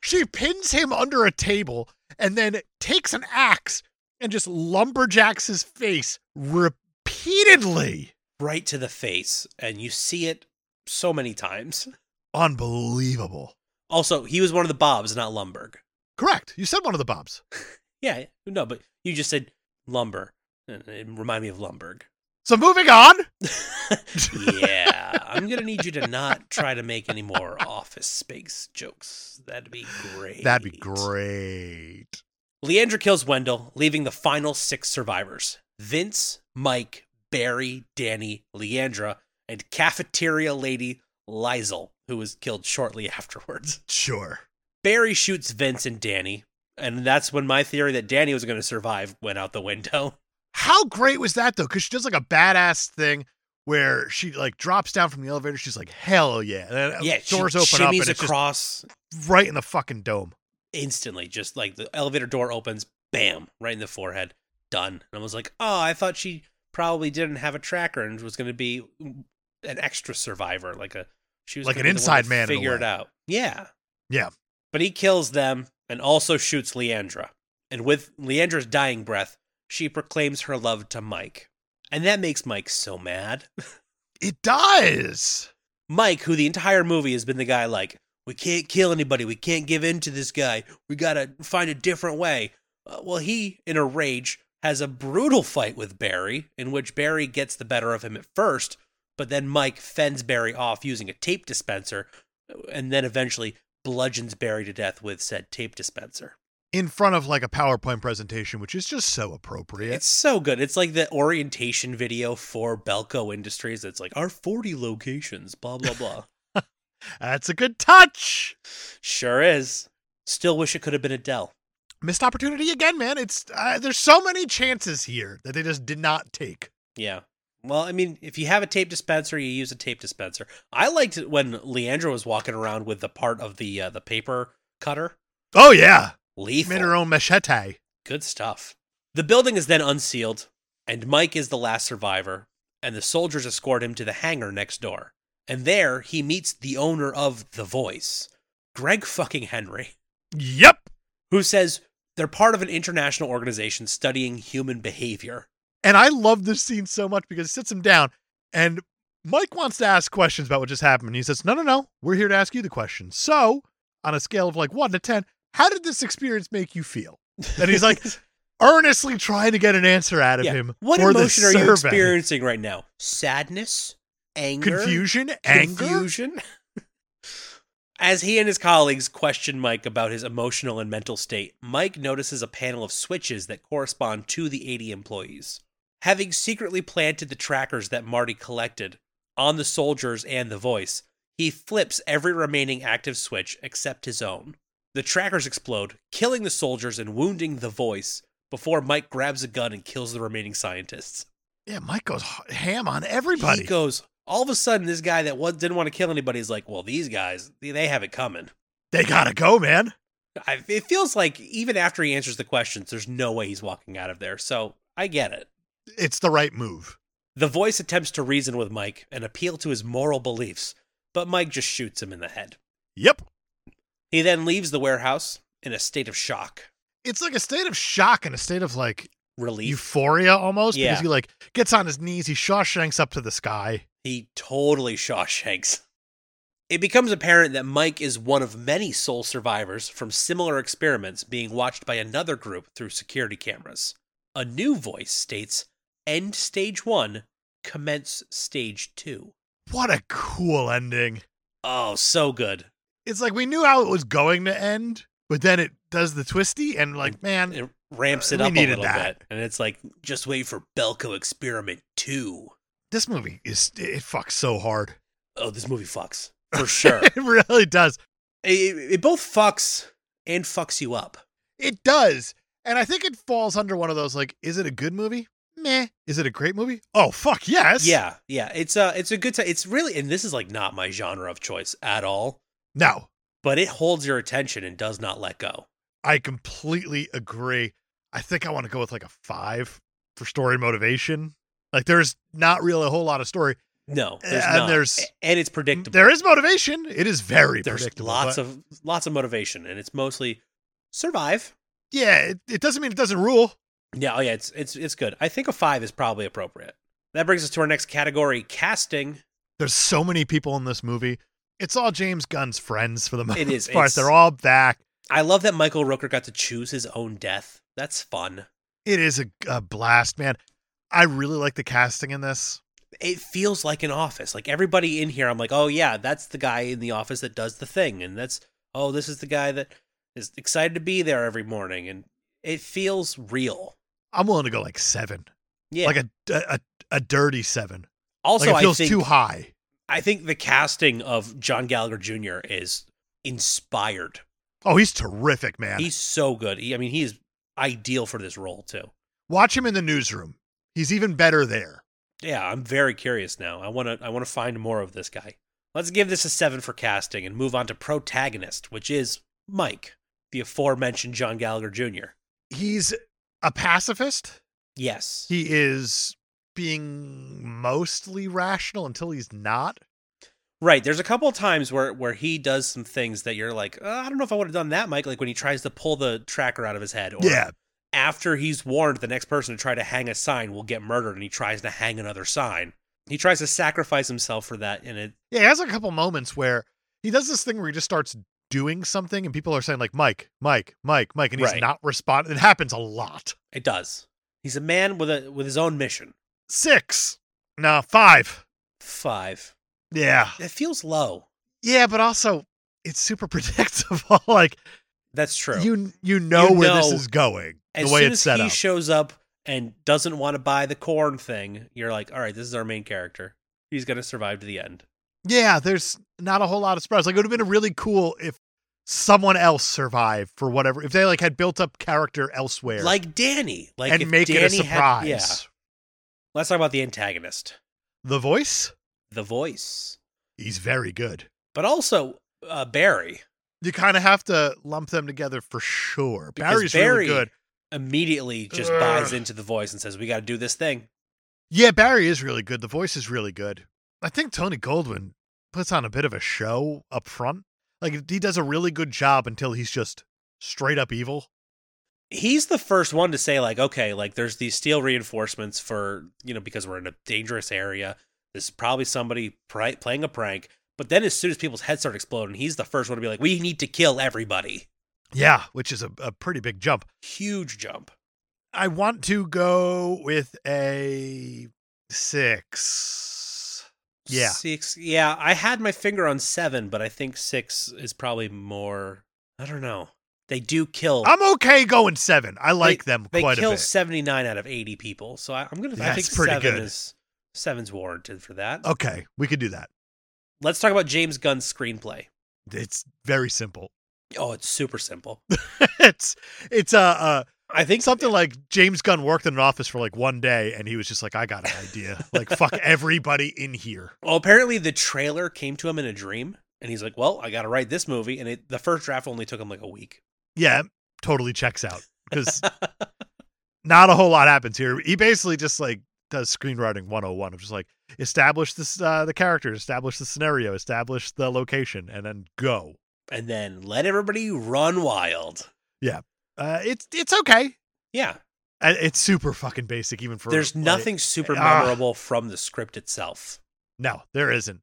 Speaker 2: she pins him under a table and then takes an axe and just lumberjacks his face repeatedly.
Speaker 3: right to the face, and you see it so many times.
Speaker 2: Unbelievable.
Speaker 3: Also, he was one of the Bobs, not Lumberg.
Speaker 2: Correct. You said one of the Bobs.
Speaker 3: Yeah, no, but you just said Lumber. and It reminded me of Lumberg.
Speaker 2: So moving on.
Speaker 3: Yeah, I'm gonna need you to not try to make any more Office Space jokes. That'd be great.
Speaker 2: That'd be great.
Speaker 3: Leandra kills Wendell, leaving the final six survivors Vince, Mike, Barry, Danny, Leandra, and cafeteria lady Lizel, who was killed shortly afterwards.
Speaker 2: Sure.
Speaker 3: Barry shoots Vince and Danny, and that's when my theory that Danny was going to survive went out the window.
Speaker 2: How great was that though? Because she does like a badass thing where she like drops down from the elevator. She's like, "Hell yeah!" And then uh,
Speaker 3: Yeah, she
Speaker 2: doors open up and
Speaker 3: shimmies
Speaker 2: it's
Speaker 3: across
Speaker 2: just right in the fucking dome.
Speaker 3: instantly, just like the elevator door opens, bam, right in the forehead. Done. And I was like, oh, I thought she probably didn't have a tracker and was going to be an extra survivor, like a she was
Speaker 2: Like
Speaker 3: gonna
Speaker 2: an
Speaker 3: be the one to
Speaker 2: inside man in a
Speaker 3: Figure it
Speaker 2: way.
Speaker 3: out. Yeah,
Speaker 2: Yeah.
Speaker 3: But he kills them and also shoots Leandra. And with Leandra's dying breath, she proclaims her love to Mike, and that makes Mike so mad.
Speaker 2: It does.
Speaker 3: Mike, who the entire movie has been the guy like, we can't kill anybody. We can't give in to this guy. We got to find a different way. Uh, well, he, in a rage, has a brutal fight with Barry, in which Barry gets the better of him at first, but then Mike fends Barry off using a tape dispenser uh, and then eventually bludgeons Barry to death with said tape dispenser.
Speaker 2: In front of like a PowerPoint presentation, which is just so appropriate.
Speaker 3: It's so good. It's like the orientation video for Belco Industries. It's like our 40 locations, blah, blah, blah.
Speaker 2: That's a good touch.
Speaker 3: Sure is. Still wish it could have been Adele.
Speaker 2: Missed opportunity again, man. It's uh, there's so many chances here that they just did not take.
Speaker 3: Yeah. Well, I mean, if you have a tape dispenser, you use a tape dispenser. I liked it when Leandra was walking around with the part of the uh, the paper cutter.
Speaker 2: Oh yeah,
Speaker 3: Lethal.
Speaker 2: made her own machete.
Speaker 3: Good stuff. The building is then unsealed, and Mike is the last survivor, and the soldiers escort him to the hangar next door. And there, he meets the owner of The Voice, Greg fucking Henry.
Speaker 2: Yep.
Speaker 3: who says they're part of an international organization studying human behavior.
Speaker 2: And I love this scene so much because it sits him down and Mike wants to ask questions about what just happened. And he says, No, no, no. We're here to ask you the question. So, on a scale of like one to 10, how did this experience make you feel? And he's like, earnestly trying to get an answer out of
Speaker 3: Yeah.
Speaker 2: him.
Speaker 3: What
Speaker 2: for the
Speaker 3: emotion are you
Speaker 2: survey.
Speaker 3: experiencing right now? Sadness, anger,
Speaker 2: Confusion? Anger?
Speaker 3: confusion. As he and his colleagues question Mike about his emotional and mental state, Mike notices a panel of switches that correspond to the 80 employees. Having secretly planted the trackers that Marty collected on the soldiers and the voice, he flips every remaining active switch except his own. The trackers explode, killing the soldiers and wounding the voice before Mike grabs a gun and kills the remaining scientists.
Speaker 2: Yeah, Mike goes h- ham on everybody.
Speaker 3: He goes, all of a sudden, this guy that was, didn't want to kill anybody is like, well, these guys, they, they have it coming.
Speaker 2: they gotta go, man.
Speaker 3: I, it feels like even after he answers the questions, there's no way he's walking out of there. So I get it.
Speaker 2: It's the right move.
Speaker 3: The voice attempts to reason with Mike and appeal to his moral beliefs, but Mike just shoots him in the head.
Speaker 2: Yep.
Speaker 3: He then leaves the warehouse in a state of shock,
Speaker 2: It's like a state of shock and a state of like
Speaker 3: relief.
Speaker 2: euphoria almost
Speaker 3: Yeah.
Speaker 2: because he like gets on his knees, he Shawshanks up to the sky.
Speaker 3: He totally Shawshanks. It becomes apparent that Mike is one of many soul survivors from similar experiments being watched by another group through security cameras. A new voice states, End stage one, commence stage two.
Speaker 2: What a cool ending.
Speaker 3: Oh, so good.
Speaker 2: It's like we knew how it was going to end, but then it does the twisty and like, man,
Speaker 3: It ramps it
Speaker 2: We
Speaker 3: up a
Speaker 2: needed
Speaker 3: little
Speaker 2: that.
Speaker 3: bit. And it's like, just wait for Belko experiment two.
Speaker 2: this movie is it fucks so hard.
Speaker 3: Oh, this movie fucks. For sure.
Speaker 2: it really does.
Speaker 3: it, it both fucks and fucks you up.
Speaker 2: It does. And I think it falls under one of those like, is it a good movie? Meh. Is it a great movie? Oh fuck yes.
Speaker 3: Yeah, yeah. It's a it's a good time. It's really and this is like not my genre of choice at all,
Speaker 2: No.
Speaker 3: but it holds your attention and does not let go.
Speaker 2: I completely agree. I think I want to go with like a five for story motivation. Like there's not really a whole lot of story.
Speaker 3: No, there's
Speaker 2: And
Speaker 3: not.
Speaker 2: there's-
Speaker 3: A- and it's predictable.
Speaker 2: Mm, There is motivation. It is very
Speaker 3: there's
Speaker 2: predictable.
Speaker 3: lots
Speaker 2: but-
Speaker 3: of lots of motivation, and it's mostly survive.
Speaker 2: yeah. It, it doesn't mean it doesn't rule.
Speaker 3: Yeah, oh yeah, it's it's it's good. I think a five is probably appropriate. That brings us to our next category: casting.
Speaker 2: There's so many people in this movie. It's all James Gunn's friends for the most
Speaker 3: It is,
Speaker 2: part.
Speaker 3: it's-
Speaker 2: They're all back.
Speaker 3: I love that Michael Rooker got to choose his own death. That's fun.
Speaker 2: It is a, a blast, man. I really like the casting in this.
Speaker 3: it feels like an office. Like everybody in here, I'm like, oh yeah, that's the guy in the office that does the thing, and that's oh, this is the guy that is excited to be there every morning, and it feels real.
Speaker 2: I'm willing to go like seven,
Speaker 3: Yeah.
Speaker 2: like a, a a dirty seven.
Speaker 3: also,
Speaker 2: like it feels
Speaker 3: I think
Speaker 2: too high.
Speaker 3: I think the casting of John Gallagher Jr. is inspired.
Speaker 2: Oh, he's terrific, man.
Speaker 3: He's so good. He, I mean, he's ideal for this role too.
Speaker 2: Watch him in the newsroom. He's even better there.
Speaker 3: Yeah, I'm very curious now. I want to I want to find more of this guy. Let's give this a 7 for casting and move on to protagonist, which is Mike, the aforementioned John Gallagher Jr.
Speaker 2: He's a pacifist.
Speaker 3: Yes.
Speaker 2: He is being mostly rational until he's not.
Speaker 3: right, there's a couple of times where where he does some things that you're like, "Uh, I don't know if I would have done that, Mike, like when he tries to pull the tracker out of his head or
Speaker 2: Yeah,
Speaker 3: after he's warned the next person to try to hang a sign will get murdered and he tries to hang another sign. He tries to sacrifice himself for that and it
Speaker 2: yeah. He has a couple moments where he does this thing where he just starts doing something, and people are saying like Mike, Mike, Mike, Mike, and he's
Speaker 3: Right.
Speaker 2: not responding. It happens a lot.
Speaker 3: it does. He's a man with a with his own mission.
Speaker 2: Six, no, five.
Speaker 3: 5.
Speaker 2: Yeah,
Speaker 3: It feels low.
Speaker 2: yeah, but also it's super predictable. like
Speaker 3: That's true.
Speaker 2: you, you know
Speaker 3: You
Speaker 2: where this
Speaker 3: know-
Speaker 2: is going.
Speaker 3: as
Speaker 2: the way
Speaker 3: soon
Speaker 2: it's
Speaker 3: as
Speaker 2: set
Speaker 3: he
Speaker 2: up.
Speaker 3: shows up and doesn't want to buy the corn thing, you're like, all right, this is our main character. He's gonna survive to the end.
Speaker 2: Yeah, there's not a whole lot of surprise. Like it would have been really cool if someone else survived for whatever if they like had built up character elsewhere.
Speaker 3: Like Danny, like
Speaker 2: and
Speaker 3: if
Speaker 2: make
Speaker 3: Danny
Speaker 2: it a
Speaker 3: had-
Speaker 2: surprise.
Speaker 3: yeah. Let's talk about the antagonist,
Speaker 2: The voice,
Speaker 3: the voice,
Speaker 2: he's very good.
Speaker 3: but also uh, Barry.
Speaker 2: You kind of have to lump them together for sure.
Speaker 3: because
Speaker 2: Barry's
Speaker 3: Barry
Speaker 2: really good.
Speaker 3: Immediately just
Speaker 2: Ugh.
Speaker 3: buys into the voice and says, "We got to do this thing."
Speaker 2: Yeah, Barry is really good. The voice is really good. I think Tony Goldwyn puts on a bit of a show up front. Like he does a really good job until he's just straight up evil.
Speaker 3: He's the first one to say, like, okay, like there's these steel reinforcements for you know because we're in a dangerous area. This is probably somebody pri- playing a prank. But then, as soon as people's heads start exploding, he's the first one to be like, "We need to kill everybody."
Speaker 2: Yeah, which is a, a pretty big jump.
Speaker 3: huge jump.
Speaker 2: I want to go with a six. Yeah.
Speaker 3: Six. Yeah. I had my finger on seven, but I think six is probably more. I don't know. They do kill.
Speaker 2: I'm okay going seven. I like them
Speaker 3: they
Speaker 2: quite a
Speaker 3: kill
Speaker 2: bit.
Speaker 3: 79 out of 80 people. So I, I'm going to. I
Speaker 2: That's
Speaker 3: think
Speaker 2: pretty
Speaker 3: seven
Speaker 2: good. Oh.
Speaker 3: is. Seven's warranted for that.
Speaker 2: okay, we could do that.
Speaker 3: Let's talk about James Gunn's screenplay.
Speaker 2: It's very simple.
Speaker 3: Oh, it's super simple.
Speaker 2: it's it's a. Uh, uh,
Speaker 3: I think
Speaker 2: something like James Gunn worked in an office for like one day, and he was just like, "I got an idea. Like, fuck everybody in here."
Speaker 3: Well, apparently the trailer came to him in a dream, and he's like, "Well, I got to write this movie," and it, the first draft only took him like a week.
Speaker 2: Yeah, totally checks out because not a whole lot happens here. He basically just like does screenwriting 101 of just like establish this uh, the character, establish the scenario, establish the location, and then go.
Speaker 3: And then let everybody run wild.
Speaker 2: Uh, it's it's okay.
Speaker 3: Yeah,
Speaker 2: Uh, It's super fucking basic, even for
Speaker 3: there's
Speaker 2: like-
Speaker 3: nothing super
Speaker 2: ah.
Speaker 3: memorable from the script itself.
Speaker 2: No, there isn't.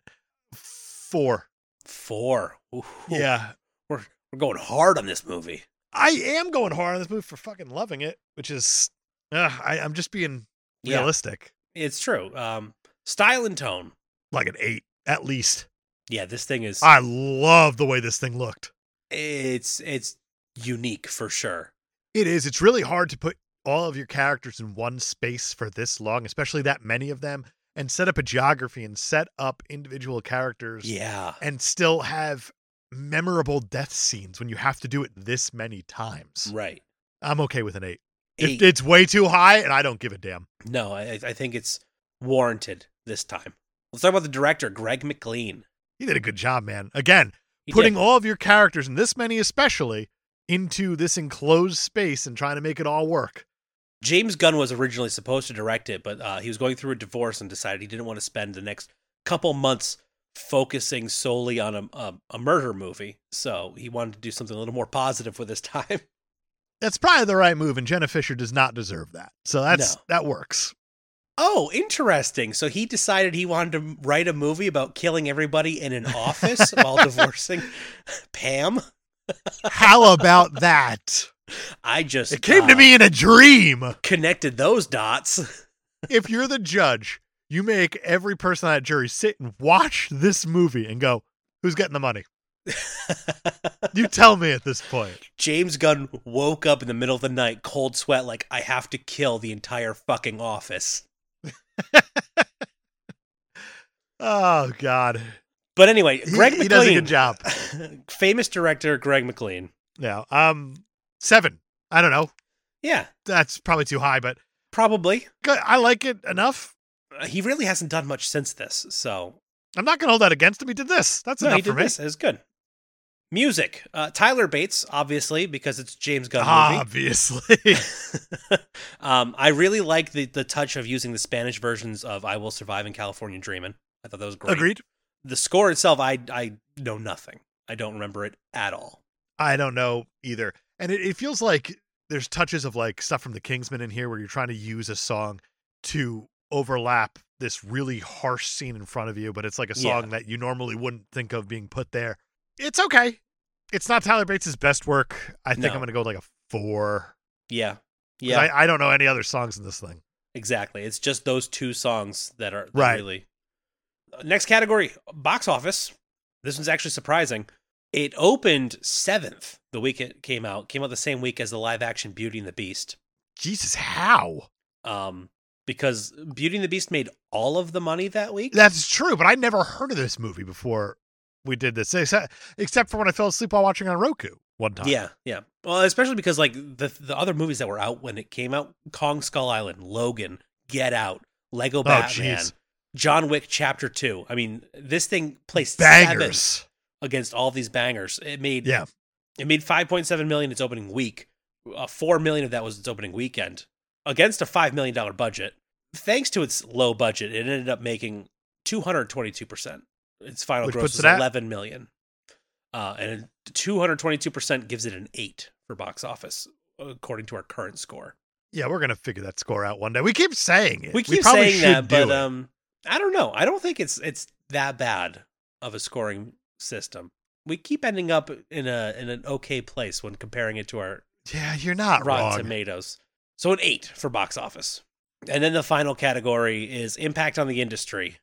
Speaker 2: Four.
Speaker 3: Four. Ooh.
Speaker 2: Yeah,
Speaker 3: we're going hard on this movie.
Speaker 2: I am going hard on this movie for fucking loving it, which is uh, I, I'm just being
Speaker 3: Yeah,
Speaker 2: realistic.
Speaker 3: it's true. Um, style and tone.
Speaker 2: Like an eight at least.
Speaker 3: Yeah, this thing is
Speaker 2: I love the way this thing looked.
Speaker 3: it's it's unique for sure.
Speaker 2: It is. It's really hard to put all of your characters in one space for this long, especially that many of them, and set up a geography and set up individual characters
Speaker 3: Yeah,
Speaker 2: and still have memorable death scenes when you have to do it this many times.
Speaker 3: right.
Speaker 2: I'm okay with an eight. It-
Speaker 3: Eight.
Speaker 2: it's way too high, and I don't give a damn.
Speaker 3: No, I, I think it's warranted this time. Let's talk about the director, Greg McLean.
Speaker 2: You did a good job, man. Again,
Speaker 3: He did-
Speaker 2: putting all of your characters and this many especially into this enclosed space and trying to make it all work.
Speaker 3: James Gunn was originally supposed to direct it, but uh, he was going through a divorce and decided he didn't want to spend the next couple months focusing solely on a, a, a murder movie. So he wanted to do something a little more positive with his time.
Speaker 2: That's probably the right move, and Jenna Fisher does not deserve that. So that's
Speaker 3: No.
Speaker 2: that works.
Speaker 3: Oh, interesting. So he decided he wanted to write a movie about killing everybody in an office while divorcing Pam.
Speaker 2: How about that?
Speaker 3: I just
Speaker 2: It came to
Speaker 3: uh,
Speaker 2: me in a dream.
Speaker 3: connected those dots.
Speaker 2: If you're the judge, you make every person on that jury sit and watch this movie and go, "Who's getting the money?" You tell me at this point.
Speaker 3: James Gunn woke up in the middle of the night, cold sweat, like, I have to kill the entire fucking office.
Speaker 2: Oh God,
Speaker 3: But anyway,
Speaker 2: He-
Speaker 3: Greg
Speaker 2: he,
Speaker 3: McLean.
Speaker 2: does a good job.
Speaker 3: famous director Greg McLean.
Speaker 2: Now, um, seven. I don't know.
Speaker 3: Yeah,
Speaker 2: That's probably too high, but
Speaker 3: probably.
Speaker 2: good. I like it enough.
Speaker 3: Uh, He really hasn't done much since this, so
Speaker 2: I'm not gonna hold that against him. He did this. That's
Speaker 3: no, he
Speaker 2: enough
Speaker 3: did
Speaker 2: for me.
Speaker 3: this. It was good. Music. Uh, Tyler Bates, obviously, because it's James Gunn
Speaker 2: Ah,
Speaker 3: movie.
Speaker 2: Obviously.
Speaker 3: um, I really like the, the touch of using the Spanish versions of "I Will Survive" and "California Dreamin'." I thought that was great.
Speaker 2: Agreed.
Speaker 3: The score itself, I I know nothing. I don't remember it at all.
Speaker 2: I don't know either. And it, it feels like there's touches of like stuff from the Kingsman in here where you're trying to use a song to overlap this really harsh scene in front of you, but it's like a
Speaker 3: Yeah.
Speaker 2: song that you normally wouldn't think of being put there. It's okay. It's not Tyler Bates' best work. I think
Speaker 3: No.
Speaker 2: I'm gonna go with like a four.
Speaker 3: Yeah,
Speaker 2: 'Cause
Speaker 3: yeah,
Speaker 2: I, I don't know any other songs in this thing.
Speaker 3: exactly. It's just those two songs that are that
Speaker 2: Right.
Speaker 3: really. uh, Next category: box office. This one's actually surprising. It opened seventh the week it came out. Came out the same week as the live action Beauty and the Beast.
Speaker 2: Jesus, how?
Speaker 3: Um, because Beauty and the Beast made all of the money that week.
Speaker 2: That's true, but I never heard of this movie before we did this, except, except for when I fell asleep while watching on Roku one time.
Speaker 3: Yeah, yeah. Well, especially because like the the other movies that were out when it came out: Kong Skull Island, Logan, Get Out, Lego Batman,
Speaker 2: Oh, jeez.
Speaker 3: John Wick Chapter Two. I mean, this thing placed
Speaker 2: Bangers.
Speaker 3: seven against all these bangers. It made
Speaker 2: Yeah.
Speaker 3: it made five point seven million its opening week. Uh, Four million of that was its opening weekend against a five million dollar budget. Thanks to its low budget, it ended up making two hundred twenty two percent. Its final
Speaker 2: Which
Speaker 3: gross
Speaker 2: puts
Speaker 3: was
Speaker 2: it at?
Speaker 3: eleven million, uh, and two hundred twenty two percent gives it an eight for box office according to our current score.
Speaker 2: Yeah, we're gonna figure that score out one day. We keep saying it.
Speaker 3: We keep
Speaker 2: probably
Speaker 3: saying that,
Speaker 2: should do
Speaker 3: but
Speaker 2: it.
Speaker 3: um, I don't know. I don't think it's it's that bad of a scoring system. We keep ending up in a in an okay place when comparing it to our
Speaker 2: yeah, you're not
Speaker 3: Rotten
Speaker 2: wrong.
Speaker 3: Tomatoes. So an eight for box office. And then the final category is impact on the industry.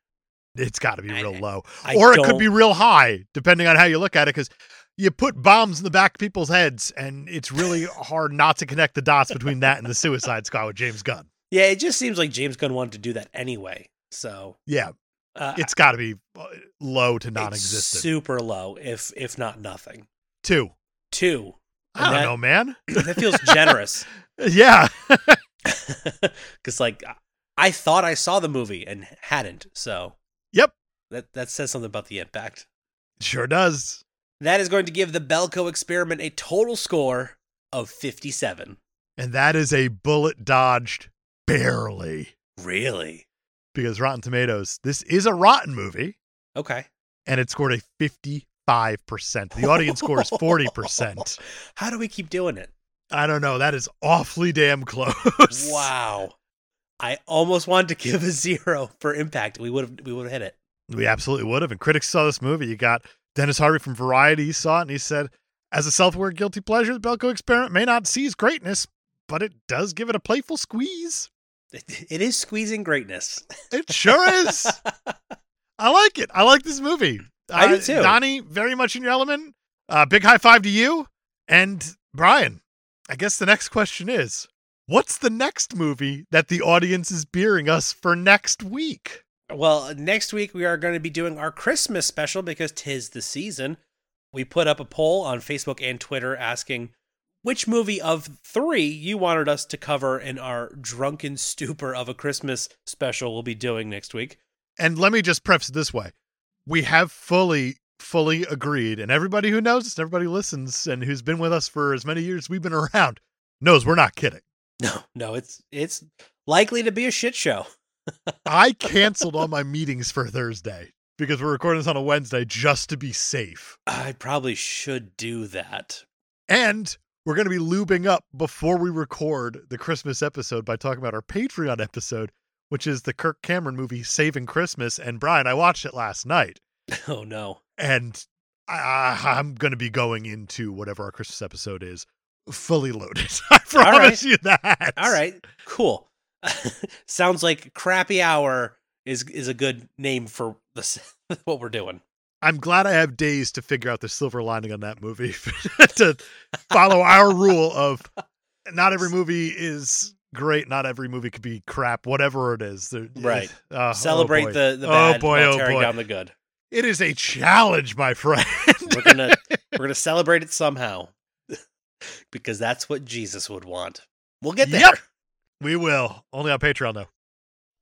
Speaker 2: It's got to be
Speaker 3: I-
Speaker 2: real low,
Speaker 3: I
Speaker 2: or it
Speaker 3: don't-
Speaker 2: could be real high, depending on how you look at it. Because you put bombs in the back of people's heads, and it's really hard not to connect the dots between that and the Suicide Squad with James Gunn.
Speaker 3: Yeah, it just seems like James Gunn wanted to do that anyway. So
Speaker 2: Yeah,
Speaker 3: uh,
Speaker 2: it's got to be uh, low to
Speaker 3: it's
Speaker 2: non-existent.
Speaker 3: super low, if if not nothing.
Speaker 2: Two.
Speaker 3: two.
Speaker 2: I don't
Speaker 3: And that-
Speaker 2: know, man.
Speaker 3: That feels generous.
Speaker 2: Yeah.
Speaker 3: Because, like, I- I thought I saw the movie and hadn't. So,
Speaker 2: Yep.
Speaker 3: That, that says something about the impact.
Speaker 2: Sure does.
Speaker 3: That is going to give the Belko experiment a total score of 57.
Speaker 2: And that is a bullet dodged barely
Speaker 3: Really?
Speaker 2: because Rotten Tomatoes, this is a rotten movie
Speaker 3: Okay.
Speaker 2: and it scored a 55%. The audience score is 40%.
Speaker 3: How do we keep doing it?
Speaker 2: I don't know. That is awfully damn close.
Speaker 3: Wow. I almost wanted to give a zero for impact. We would have we would have hit it.
Speaker 2: We absolutely would have. And critics saw this movie. You got Dennis Harvey from Variety. He saw it and he said, as a self aware guilty pleasure, the Belko experiment may not seize greatness, but it does give it a playful squeeze.
Speaker 3: It- It is squeezing greatness.
Speaker 2: It sure is. I like it. I like this movie. Uh,
Speaker 3: I do too.
Speaker 2: Donnie, very much in your element. Uh, big high five to you. And Brian, I guess the next question is what's the next movie that the audience is beering us for next week?
Speaker 3: Well, next week we are going to be doing our Christmas special because tis the season. We put up a poll on Facebook and Twitter asking which movie of three you wanted us to cover in our drunken stupor of a Christmas special we'll be doing next week.
Speaker 2: And let me just preface it this way we have fully, fully agreed. And everybody who knows us, and everybody who listens, and who's been with us for as many years as we've been around knows we're not kidding.
Speaker 3: No, no, it's it's likely to be a shit show.
Speaker 2: I canceled all my meetings for Thursday because we're recording this on a Wednesday just to be safe.
Speaker 3: I probably should do that.
Speaker 2: And we're going to be lubing up before we record the Christmas episode by talking about our Patreon episode, which is the Kirk Cameron movie Saving Christmas. And Brian, I watched it last night
Speaker 3: Oh no.
Speaker 2: and I, I, I'm going to be going into whatever our Christmas episode is fully loaded. I
Speaker 3: right.
Speaker 2: promise you that.
Speaker 3: All right, cool. Sounds like crappy hour is is a good name for this what we're doing.
Speaker 2: I'm glad I have days to figure out the silver lining on that movie to follow our rule of not every movie is great, not every movie could be crap, whatever it is. There-
Speaker 3: Right.
Speaker 2: Uh, oh,
Speaker 3: Celebrate
Speaker 2: boy.
Speaker 3: the the
Speaker 2: Oh,
Speaker 3: bad
Speaker 2: boy,
Speaker 3: while
Speaker 2: oh,
Speaker 3: tearing
Speaker 2: boy.
Speaker 3: down the good.
Speaker 2: It is a challenge, my friend.
Speaker 3: We're gonna we're gonna celebrate it somehow because that's what Jesus would want. We'll get there.
Speaker 2: Yep. we will. Only on Patreon though.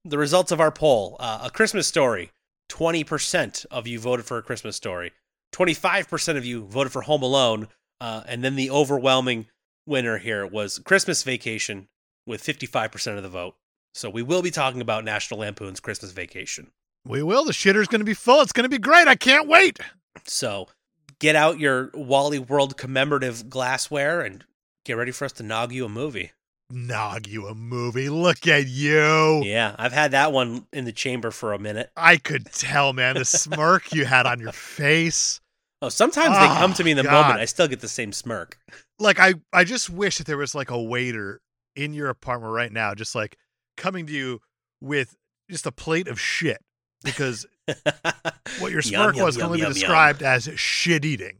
Speaker 3: The results of our poll: uh, A Christmas Story. Twenty percent of you voted for A Christmas Story. Twenty-five percent of you voted for Home Alone. Uh, and then the overwhelming winner here was Christmas Vacation with fifty-five percent of the vote. So we will be talking about National Lampoon's Christmas Vacation.
Speaker 2: We will. The shitter's gonna be full. It's gonna be great. I can't wait.
Speaker 3: So get out your Wally World commemorative glassware and get ready for us to nog you a movie.
Speaker 2: Nog you a movie. Look at you.
Speaker 3: Yeah, I've had that one in the chamber for a minute.
Speaker 2: I could tell, man, the smirk you had on your face.
Speaker 3: Oh, sometimes they
Speaker 2: Ah,
Speaker 3: come to me in the
Speaker 2: God.
Speaker 3: moment. I still get the same smirk.
Speaker 2: like I I just wish that there was like a waiter in your apartment right now, just like coming to you with just a plate of shit because what your
Speaker 3: Yum,
Speaker 2: smirk
Speaker 3: yum,
Speaker 2: was can
Speaker 3: yum,
Speaker 2: only be
Speaker 3: yum, yum.
Speaker 2: described as shit eating.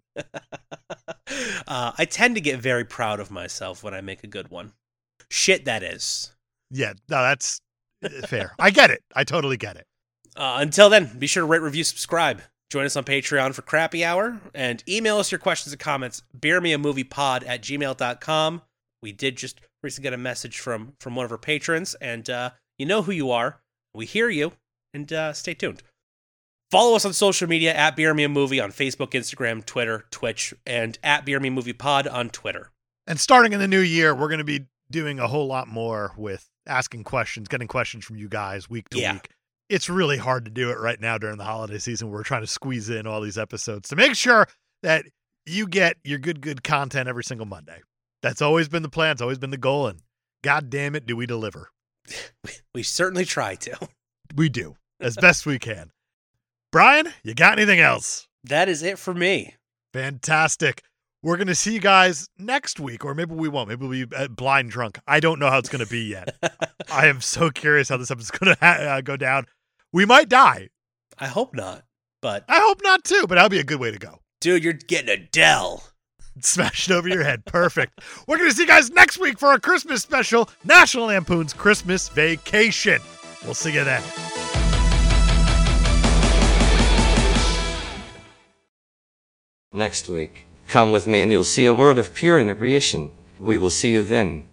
Speaker 3: uh, I tend to get very proud of myself when I make a good one. Shit, that is.
Speaker 2: Yeah, no, that's uh, fair. I get it. I totally get it.
Speaker 3: Uh, until then, be sure to rate, review, subscribe. Join us on Patreon for Crappy Hour and email us your questions and comments. BeerMeAMoviePod at gmail.com. We did just recently get a message from from one of our patrons, and uh, you know who you are. We hear you, and uh, stay tuned. Follow us on social media at Beer Me a Movie on Facebook, Instagram, Twitter, Twitch, and at Beer Me a Movie Pod on Twitter.
Speaker 2: And starting in the new year, we're going to be doing a whole lot more with asking questions, getting questions from you guys week to
Speaker 3: Yeah.
Speaker 2: week. It's really hard to do it right now during the holiday season. We're trying to squeeze in all these episodes to make sure that you get your good, good content every single Monday. That's always been the plan. It's always been the goal. And God damn it, do we deliver?
Speaker 3: We certainly try to.
Speaker 2: We do as best we can. Brian, you got anything else?
Speaker 3: That is it for me.
Speaker 2: Fantastic. We're going to see you guys next week, or maybe we won't. Maybe we'll be uh, blind drunk. I don't know how it's going to be yet. I am so curious how this episode's going to ha- uh, go down. We might die.
Speaker 3: I hope not. But
Speaker 2: I hope not too, but that'll be a good way to go.
Speaker 3: dude, you're getting Adele.
Speaker 2: Smash it over your head. Perfect. We're going to see you guys next week for our Christmas special, National Lampoon's Christmas Vacation. We'll see you then.
Speaker 1: Next week, Come with me and you'll see a world of pure inebriation. We will see you then.